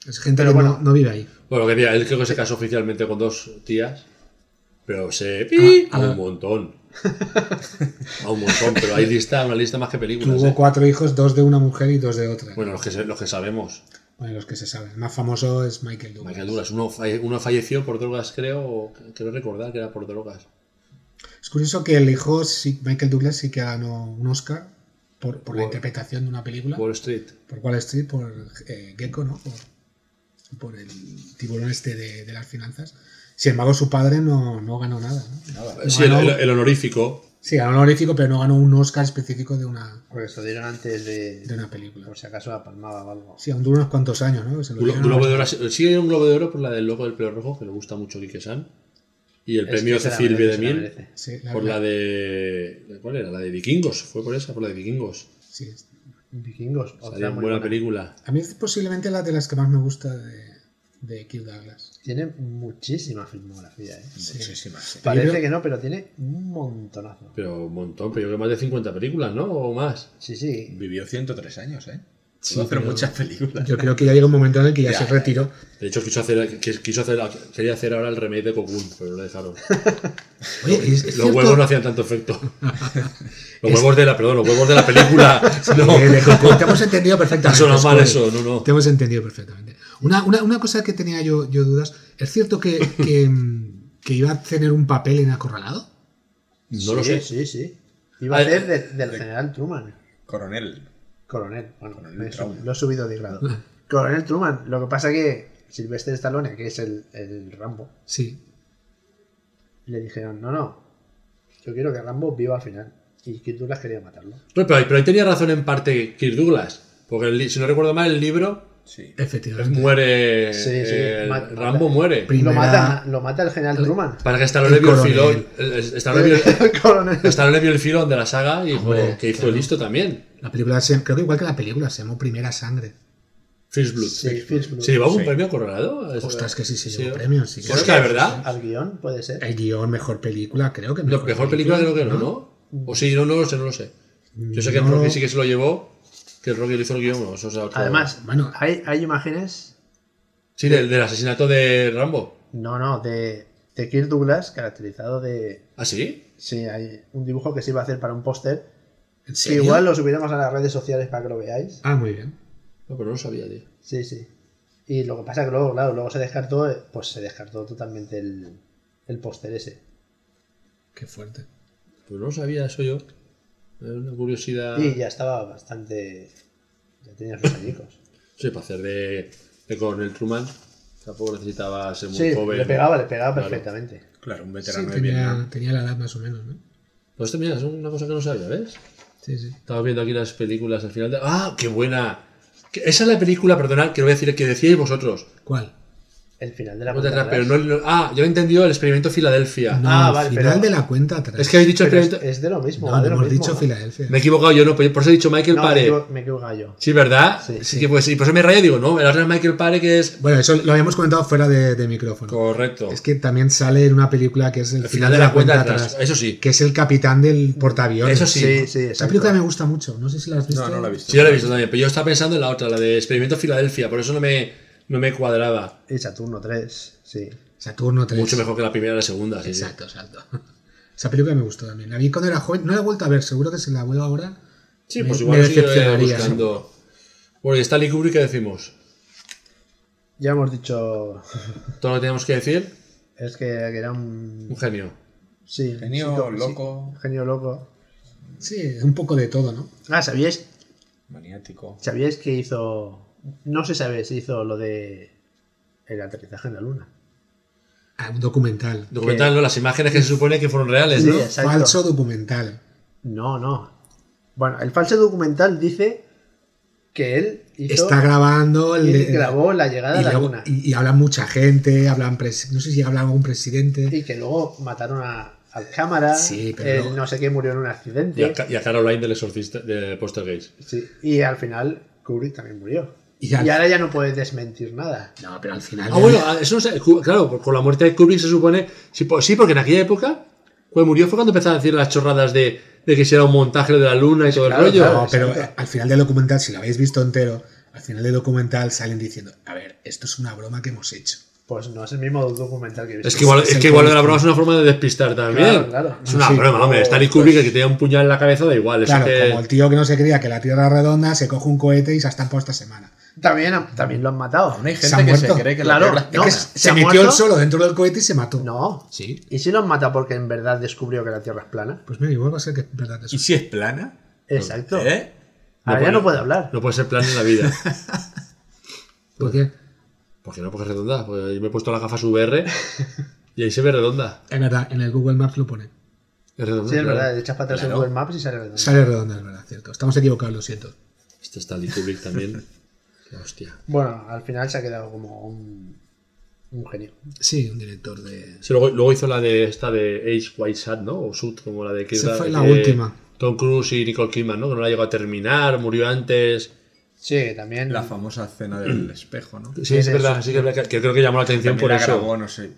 D: Es gente
B: Pero
D: que
B: bueno.
D: no, no vive ahí.
A: Bueno, que diga, él creo que se casó oficialmente con dos tías, pero se. pi,
D: Ah,
A: a
D: ah.
A: un montón. a un montón, pero hay lista, una lista más que películas.
D: Tuvo
A: ¿eh?
D: cuatro hijos, dos de una mujer y dos de otra. Bueno,
A: Bueno, los que, se- los que sabemos.
D: los que se saben. El más famoso es Michael Douglas.
A: Michael Douglas, uno, falle- uno falleció por drogas, creo, o creo recordar que era por drogas.
D: Es curioso que el hijo, sí, Michael Douglas, sí que ganó un Oscar por, por la
A: Wall-
D: interpretación de una película.
A: Wall Street.
D: por Wall Street, por eh, Gecko, ¿no? Por, por el tiburón este de, de las finanzas. Sin embargo, su padre no, no ganó nada. ¿no? No
A: Sí, el,
D: ganó-
A: el- el honorífico.
D: sí, ganó un honorífico, pero no ganó un Oscar específico de una,
B: Porque se lo dieron antes de,
D: de una película.
B: Por si acaso la palmaba o algo.
D: Sí, aún duró unos cuantos años, ¿no? Se lo
A: Glo-
D: dieron a-
A: Globo de Oro. Sí, hay un globo de oro por la del loco del pelo rojo, que le gusta mucho a Quique San. Y el
B: Es
A: premio
B: que se la
A: Cecil B.
B: merece,
A: de
B: se la
A: Mil
B: merece.
D: Sí, la,
A: por la de. ¿Cuál era? La de Vikingos. Fue por esa, por la de Vikingos.
D: sí.
B: Vikingos,
A: Salía
B: otra
A: en
B: muy
A: buena
B: buena.
A: película.
D: A mí es posiblemente la de las que más me gusta de, de Kirk Douglas.
B: Tiene muchísima filmografía, ¿eh?
C: Muchísimas. sí.
B: Parece
D: creo-
B: que no, pero tiene un montonazo.
A: Pero un montón, pero yo creo que más de 50 películas, ¿no? O más.
B: Sí, sí.
C: Vivió 103 años, ¿eh?
D: Sí,
C: Pudo hacer
D: pero-
C: muchas películas.
D: Yo creo que ya llega un momento en el que ya,
C: Ya,
D: se
C: ya,
D: retiró.
A: De hecho, quiso hacer, quis- quiso hacer, quería hacer ahora el remake de Cocoon, pero no le dejaron.
D: Oye, es, es
A: Los
D: cierto-
A: huevos no hacían tanto efecto. Los huevos de la, perdón, los huevos de la película. No,
D: Eh, de Cocoon. Te hemos entendido perfectamente.
A: Eso no es mal,
D: Scott.
A: eso, no, no.
D: Te hemos entendido perfectamente. Una, una- una cosa que tenía yo, yo dudas. ¿Es cierto que, que, mm, que iba a tener un papel en Acorralado?
A: no lo
B: Sí,
A: sé.
B: Sí, sí. Iba
A: Ah,
B: a ser
A: eh,
B: de- del general Truman.
C: Coronel.
B: Coronel. Bueno,
C: Coronel
B: me he sub-
C: Truman.
B: lo he subido de grado. Coronel Truman. Lo que pasa que Sylvester Stallone, que es el, el Rambo,
D: Sí.
B: le dijeron, no, no, yo quiero que Rambo viva al final. Y Kirk Douglas quería matarlo.
A: No, pero, ahí- pero ahí tenía razón en parte Kirk Douglas. Porque el li- si no recuerdo mal, el libro
C: Sí.
D: Eh, Efectivamente.
A: muere.
B: Sí, sí,
A: eh,
B: mata-
A: Rambo
B: mata.
A: muere.
D: Primera-
B: Lo, mata, lo mata el general Truman.
A: Para que Stallone
D: El
A: vio el
D: coronel.
A: filón. el- el- Stallone vio el-
B: El coronel.
A: Stallone vio el filón de la saga y dijo
D: Hombre,
A: que hizo
D: claro.
A: listo también.
D: La película se- creo que igual que la película, se llamó Primera Sangre.
A: First Blood.
B: Sí, First Blood.
A: ¿Se llevaba un
C: Sí.
A: premio acorralado? Eso- Pues
D: Ostras, que sí se llevó
A: ¿no?
D: premios, sí que
A: Ostras,
D: sí.
A: de verdad.
B: Al guión, puede ser.
D: El guión, mejor película, creo que
A: No, mejor película creo que no, ¿no? O sí, no, no lo sé, no lo sé. Yo sé que el
D: No.
A: Rocky sí que se lo llevó, que el Rocky lo hizo el guión. no, eso es otro-
B: Además,
D: Bueno.
B: hay, hay imágenes,
A: Sí, del, del asesinato de Rambo.
B: no, no, de, de Kirk Douglas, caracterizado de,
A: ¿Ah, sí?
B: Sí, hay un dibujo que se iba a hacer para un póster.
D: ¿En
B: Que
D: serio?
B: igual lo subiremos a las redes sociales para que lo veáis.
D: Ah, muy bien.
A: No, pero no lo sabía, tío.
B: Sí, sí. Y lo que pasa que luego, claro, luego se descartó, eh, pues se descartó totalmente el, el póster ese.
D: Qué fuerte.
A: Pues no lo sabía, eso yo. Era una curiosidad.
B: Y ya estaba bastante. Ya tenía sus añicos.
A: Sí, para hacer de, de Coronel Truman tampoco necesitaba ser muy
B: Sí,
A: joven.
B: le pegaba, le pegaba
A: Claro.
B: perfectamente.
C: Claro, un
D: Sí,
C: veterano de
D: tenía,
C: Vietnam.
D: tenía la edad más o menos, ¿no?
A: Pues esto, mira, es una cosa que no sabía, ¿ves?
D: Sí, sí.
A: Estamos viendo aquí las películas al final de... ¡Ah, qué buena! Que- Esa es la película, perdonad, que lo voy a decir, que decíais vosotros.
D: ¿Cuál?
B: El final de la
A: Cuenta
B: cuenta
A: atrás, pero
B: atrás.
A: no- no- ah, yo he entendido el experimento Filadelfia.
D: No,
B: Ah,
D: al
B: vale,
D: final
B: pero-
D: de la cuenta atrás.
A: Es que habéis dicho
B: Pero es,
A: experimento-
B: es de lo mismo.
D: No,
B: es de lo
D: hemos
B: mismo.
D: dicho Filadelfia.
A: Me he equivocado yo, no, por por eso he dicho Michael
B: No, me
A: Pare.
B: equivo- me he equivocado yo.
A: Sí, ¿verdad?
B: Sí,
A: Sí,
B: sí.
A: que pues, y por eso me raya y digo, no, el es Michael Pare que es.
D: Bueno, eso lo habíamos comentado fuera de, de micrófono.
A: Correcto.
D: Es que también sale en una película que es el,
A: el final de la cuenta atrás. Eso sí.
D: que es el capitán del portaaviones.
A: Eso sí.
B: Sí, sí,
D: Esta
B: exacto.
D: película me gusta mucho, no sé si la has visto.
C: No, no la he visto.
A: Sí, yo la he visto también, pero yo estaba pensando en la otra, la de Experimento Filadelfia, por eso no me, no me cuadraba.
B: Y Saturno 3, sí.
D: Saturno 3.
A: Mucho mejor que la primera y la segunda, sí, sí.
D: Exacto, exacto. Esa película me gustó también. La vi cuando era joven, no la he vuelto a ver, seguro que si la vuelvo ahora.
A: Sí,
D: me-
A: pues
D: me
A: igual sí
D: decepcionaría.
A: buscando. Bueno, y Stanley Kubrick, ¿qué decimos?
B: Ya hemos dicho.
A: Todo lo que teníamos que decir,
B: Es que era
A: un
B: un.
A: genio.
B: Sí.
C: Genio
B: sí, como- sí,
C: loco.
B: genio loco.
D: Sí, un poco de todo, ¿no?
B: Ah, ¿sabíais,
C: Maniático.
B: ¿sabíais que hizo. No se sabe si hizo lo de. El aterrizaje en la luna.
D: Ah, un documental.
A: Documental, ¿no? Las imágenes que se supone que fueron reales,
B: Sí,
A: ¿no?
B: exacto.
D: Falso documental.
B: No, no. Bueno, el falso documental dice que él hizo.
D: Está grabando el-
B: y grabó la llegada
D: y,
B: a la
D: luego-
B: luna. Y,
D: y- y hablan mucha gente, hablan pres- no sé si hablan algún presidente.
B: que luego mataron a, al cámara.
D: Sí, pero
B: el
D: luego-
B: no sé qué murió en un accidente.
A: Y a, Ca- y a Caroline del exorcista de Poster Gates.
B: Sí, y al final Kubrick también murió.
D: Y
B: Y,
D: al-
B: ahora ya no puede desmentir nada.
D: No, pero al final.
A: Ah, bueno, ah, eso no sé, Ku- claro, por- con la muerte de Kubrick se supone. Sí, po- sí, porque en aquella época, cuando murió, fue cuando empezaron a decir las chorradas de, de que hiciera un montaje de la luna y todo
B: Claro,
A: el rollo.
B: claro.
D: No, pero
B: exacto.
D: al final del documental, si lo habéis visto entero, al final del documental salen diciendo: A ver, esto es una broma que hemos hecho.
B: Pues no es el mismo documental que he visto.
A: Es que igual,
D: Es el
A: es que igual lo de la
D: colmo.
A: broma es una forma de despistar también.
B: Claro, claro. Oh,
A: Es una
D: Sí,
A: broma, hombre. Stanley
B: pues.
A: Kubrick, el que tenía un puñal en la cabeza, da igual. eso
D: Claro,
A: que-
D: como el tío que no se creía que la Tierra es redonda, se coge un cohete y se ha estampado esta semana.
B: También, también lo han matado.
C: Aún hay
D: ¿Se ha
C: gente que se
D: muerto?
C: cree que
B: Claro,
C: la
B: no,
C: Tierra es plana.
D: Se,
B: ha
D: metió
B: muerto?
D: él solo dentro del cohete y se mató.
B: No.
D: Sí.
B: ¿Y si lo han matado porque en verdad descubrió que la Tierra es plana?
D: Pues mira, igual va a ser que es verdad eso.
C: ¿Y si es plana?
B: Exacto.
C: ¿Eh?
B: Ahora ya no puede hablar.
A: No puede ser plan en la vida.
D: ¿Por qué?
A: Porque no, porque es redonda. Porque yo me he puesto las gafas VR y ahí se ve redonda.
D: Es verdad, en el Google Maps lo pone.
A: Es redonda.
B: Sí, es
A: claro.
B: verdad. Echas para atrás el Google Maps y sale redondo.
D: Sale redonda, es verdad, cierto. Estamos equivocados, lo siento.
A: Este Stanley Kubrick también. La hostia.
B: Bueno, al final se ha quedado como un, un genio.
D: Sí, un director de.
A: Sí, luego, luego hizo la de esta de Age White Sad, ¿no? O Sud, como la de que
D: Esa
A: era-
D: fue la
A: que
D: última.
A: Tom Cruise y Nicole Kidman, ¿no? Que no la llegó a terminar, murió antes.
B: Sí, que también.
C: La famosa escena del espejo, ¿no?
A: Sí, es
B: sí,
A: verdad, sí que es verdad que- que creo que llamó la atención
C: También
A: por
C: la
A: eso.
C: grabó, no sé,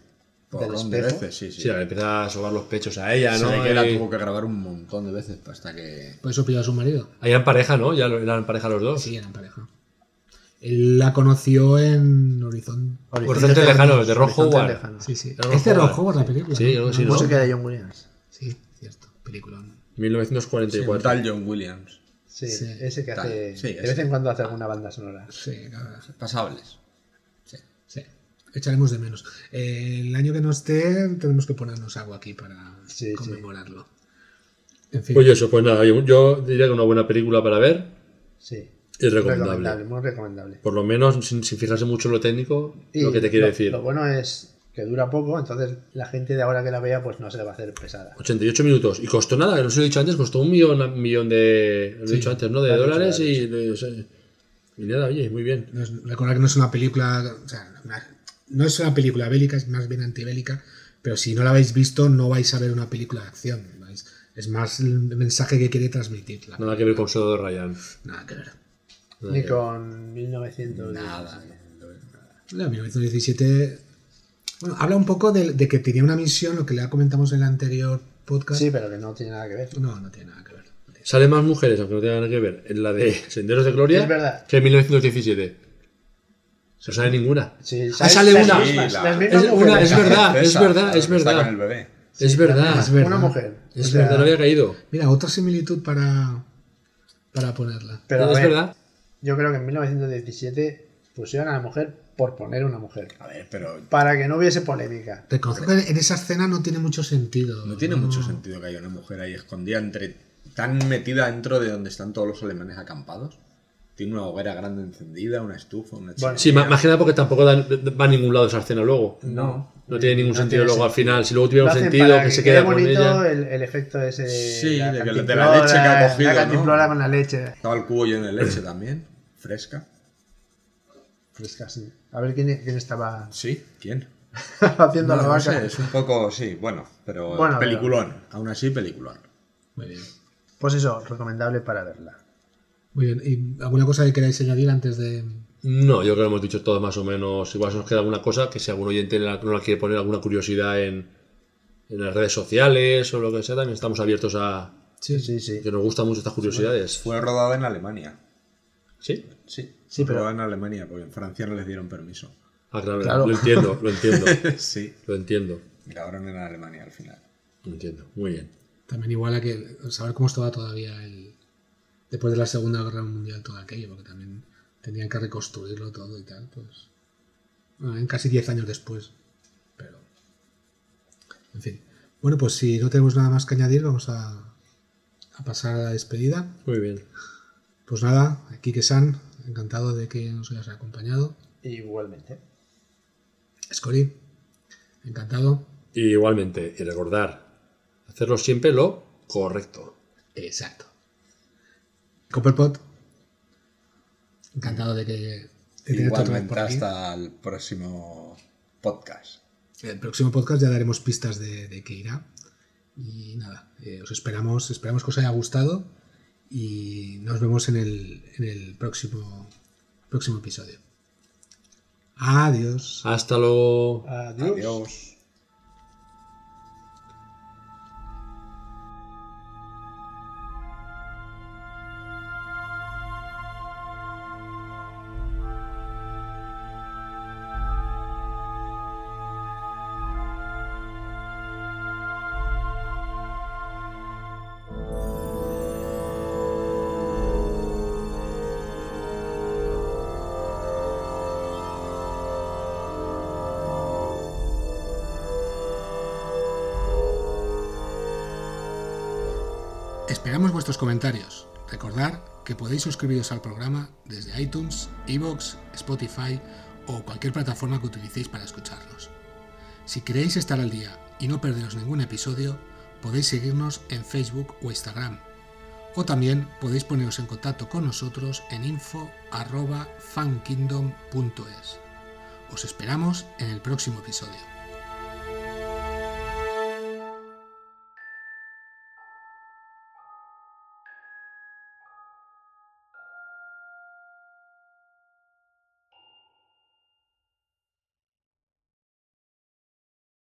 C: por
B: ¿Del
C: dónde
B: espejo?
C: veces, sí, sí.
A: Sí, ahora empieza a sobar los pechos a ella,
C: Se
A: ¿no?
C: ve que la
A: Ahí-
C: tuvo que grabar un montón de veces hasta que...
D: Por Pues eso pilló a su marido.
A: Ahí eran pareja, ¿no? Ya lo- eran pareja los dos.
D: Sí, eran pareja. Él la conoció en Horizonte.
A: Horizontes lejanos, de Ron
B: Horizontes
A: Howard.
B: lejanos.
D: Sí, Este sí.
A: Era
D: Es de
A: Ron
D: Ron Howard la película.
A: Sí, creo que sí, ¿no?
B: Música de John Williams.
D: Sí, cierto. Película.
A: 1944.
C: Un tal John Williams.
B: Sí,
D: Sí.
B: ese que
C: Tal.
B: hace.
C: Sí,
B: de
C: ese.
B: vez en cuando hace alguna banda sonora.
D: Sí, claro.
C: Pasables.
D: Sí. Echaremos de menos. Eh, el año que no esté, tenemos que ponernos algo aquí para
B: Sí, sí.
D: conmemorarlo. En fin.
A: Pues eso, pues nada, yo, yo diría que una buena película para ver
B: Sí.
A: y recomendable.
B: Recomendable, muy recomendable.
A: Por lo menos, sin, sin fijarse mucho en lo técnico,
B: Y
A: lo que te quiere
B: lo-
A: decir.
B: Lo bueno es que dura poco, entonces la gente de ahora que la vea, pues no se le va a hacer pesada.
A: 88 minutos. Y costó nada, que no se lo he dicho antes, costó un millón, un millón de. Lo he
D: Sí,
A: dicho antes, ¿no? De
B: lo has
A: dólares
B: dicho,
A: y. de- o sea, y nada, oye, muy bien.
D: No es- recordar que no es una película, o sea, una- no es una película bélica, es más bien antibélica, pero si no la habéis visto no vais a ver una película de acción. vais- es más el mensaje que quiere transmitir. la-
A: Nada que ver con Sodo de Ryan.
D: Nada que ver.
A: Nada
B: Ni
A: que
B: con 1900.
C: Nada.
D: La 1917... Bueno, habla un poco de, de que tenía una misión, lo que le comentamos en el anterior podcast.
B: Sí, pero que no tiene nada que ver.
D: No, no tiene nada que ver.
A: ver. Sale más mujeres, aunque no tenga nada que ver, en la de Senderos de Gloria
B: Es verdad.
A: que en 1917. No sale ninguna.
B: Sí,
A: Ah, sale
B: las
A: una.
B: mismas,
C: Sí, la-
B: las mismas
A: Es, una,
B: mujeres.
A: es verdad, es
C: Esa, la
A: verdad,
C: que
A: es
C: está con el
A: verdad.
C: bebé.
A: Es verdad.
D: Es verdad.
B: Una mujer.
A: Es
B: O sea,
A: verdad, no había caído.
D: Mira, otra similitud para, para ponerla.
B: Pero a
A: es
B: ver,
A: verdad.
B: yo creo que en 1917 pusieron a la mujer por poner una mujer.
C: A ver, pero
B: Para que no hubiese polémica.
D: Reconozco que en esa escena no tiene mucho sentido.
C: no tiene mucho sentido que haya una mujer ahí escondida entre tan metida dentro de donde están todos los alemanes acampados. Tiene una hoguera grande encendida, una estufa, una chimenea.
A: Sí, ma- más que nada porque tampoco dan- va a ningún lado esa escena luego.
C: No.
A: No tiene ningún
B: No
A: sentido
B: tiene
A: luego al
B: sentido.
A: final. Si luego
B: Lo
A: tuviera un
B: hacen
A: sentido
B: para
A: que se
B: quede
A: queda con
B: bonito
A: ella.
B: El, el efecto ese.
C: Sí, de que- de la
B: cantimplora,
C: leche que ha cogido,
B: La
C: ¿no?
B: cantimplora con la leche.
C: Estaba el cubo lleno de leche también, fresca.
B: Fresca, sí. Pues A ver quién, quién estaba
C: Sí, ¿quién?
B: haciendo la
C: No, no
B: vaca.
C: sé, es un poco, sí, bueno, pero
B: Bueno,
C: peliculón. Aún así, peliculón.
D: Muy bien.
B: Pues eso, recomendable para verla.
D: Muy bien. ¿Y alguna cosa que queráis añadir antes de.?
A: No, yo creo que lo hemos dicho todo más o menos. Igual se nos queda alguna cosa que si algún oyente la- no la quiere poner alguna curiosidad en, en las redes sociales o lo que sea, también estamos abiertos a
B: Sí, sí, sí.
A: que nos gustan mucho estas curiosidades.
C: Fue rodada en Alemania.
A: Sí.
C: Sí,
B: Sí, pero-
C: rodada en Alemania, porque en Francia no les dieron permiso.
A: Ah, claro,
B: Claro.
A: lo entiendo, lo entiendo,
C: sí.
A: lo entiendo,
C: Grabaron en Alemania al final.
A: lo entiendo. Muy bien.
D: También igual a que saber cómo estaba todavía el después de la Segunda Guerra Mundial todo aquello, porque también tenían que reconstruirlo todo y tal, pues bueno, en casi 10 años después. Pero en fin. Bueno, pues si no tenemos nada más que añadir, vamos a, a pasar a la despedida.
A: Muy bien.
D: Pues nada, aquí que San, encantado de que nos hayas acompañado.
B: Igualmente.
D: Scori, encantado.
A: Y igualmente, y recordar, hacerlo siempre lo correcto.
D: Exacto. Copperpot, encantado de que de tenerte otra vez por
C: Igualmente,
D: aquí.
C: hasta el próximo podcast.
D: En el próximo podcast ya daremos pistas de, de qué irá. Y nada, eh, os esperamos, esperamos que os haya gustado y nos vemos en el, en el próximo, próximo episodio. Adiós.
A: Hasta luego.
C: Adiós.
D: Esperamos vuestros comentarios. Recordad que podéis suscribiros al programa desde iTunes, Evox, Spotify o cualquier plataforma que utilicéis para escucharnos. Si queréis estar al día y no perderos ningún episodio, podéis seguirnos en Facebook o Instagram. O también podéis poneros en contacto con nosotros en info.fankingdom.es. Os esperamos en el próximo episodio.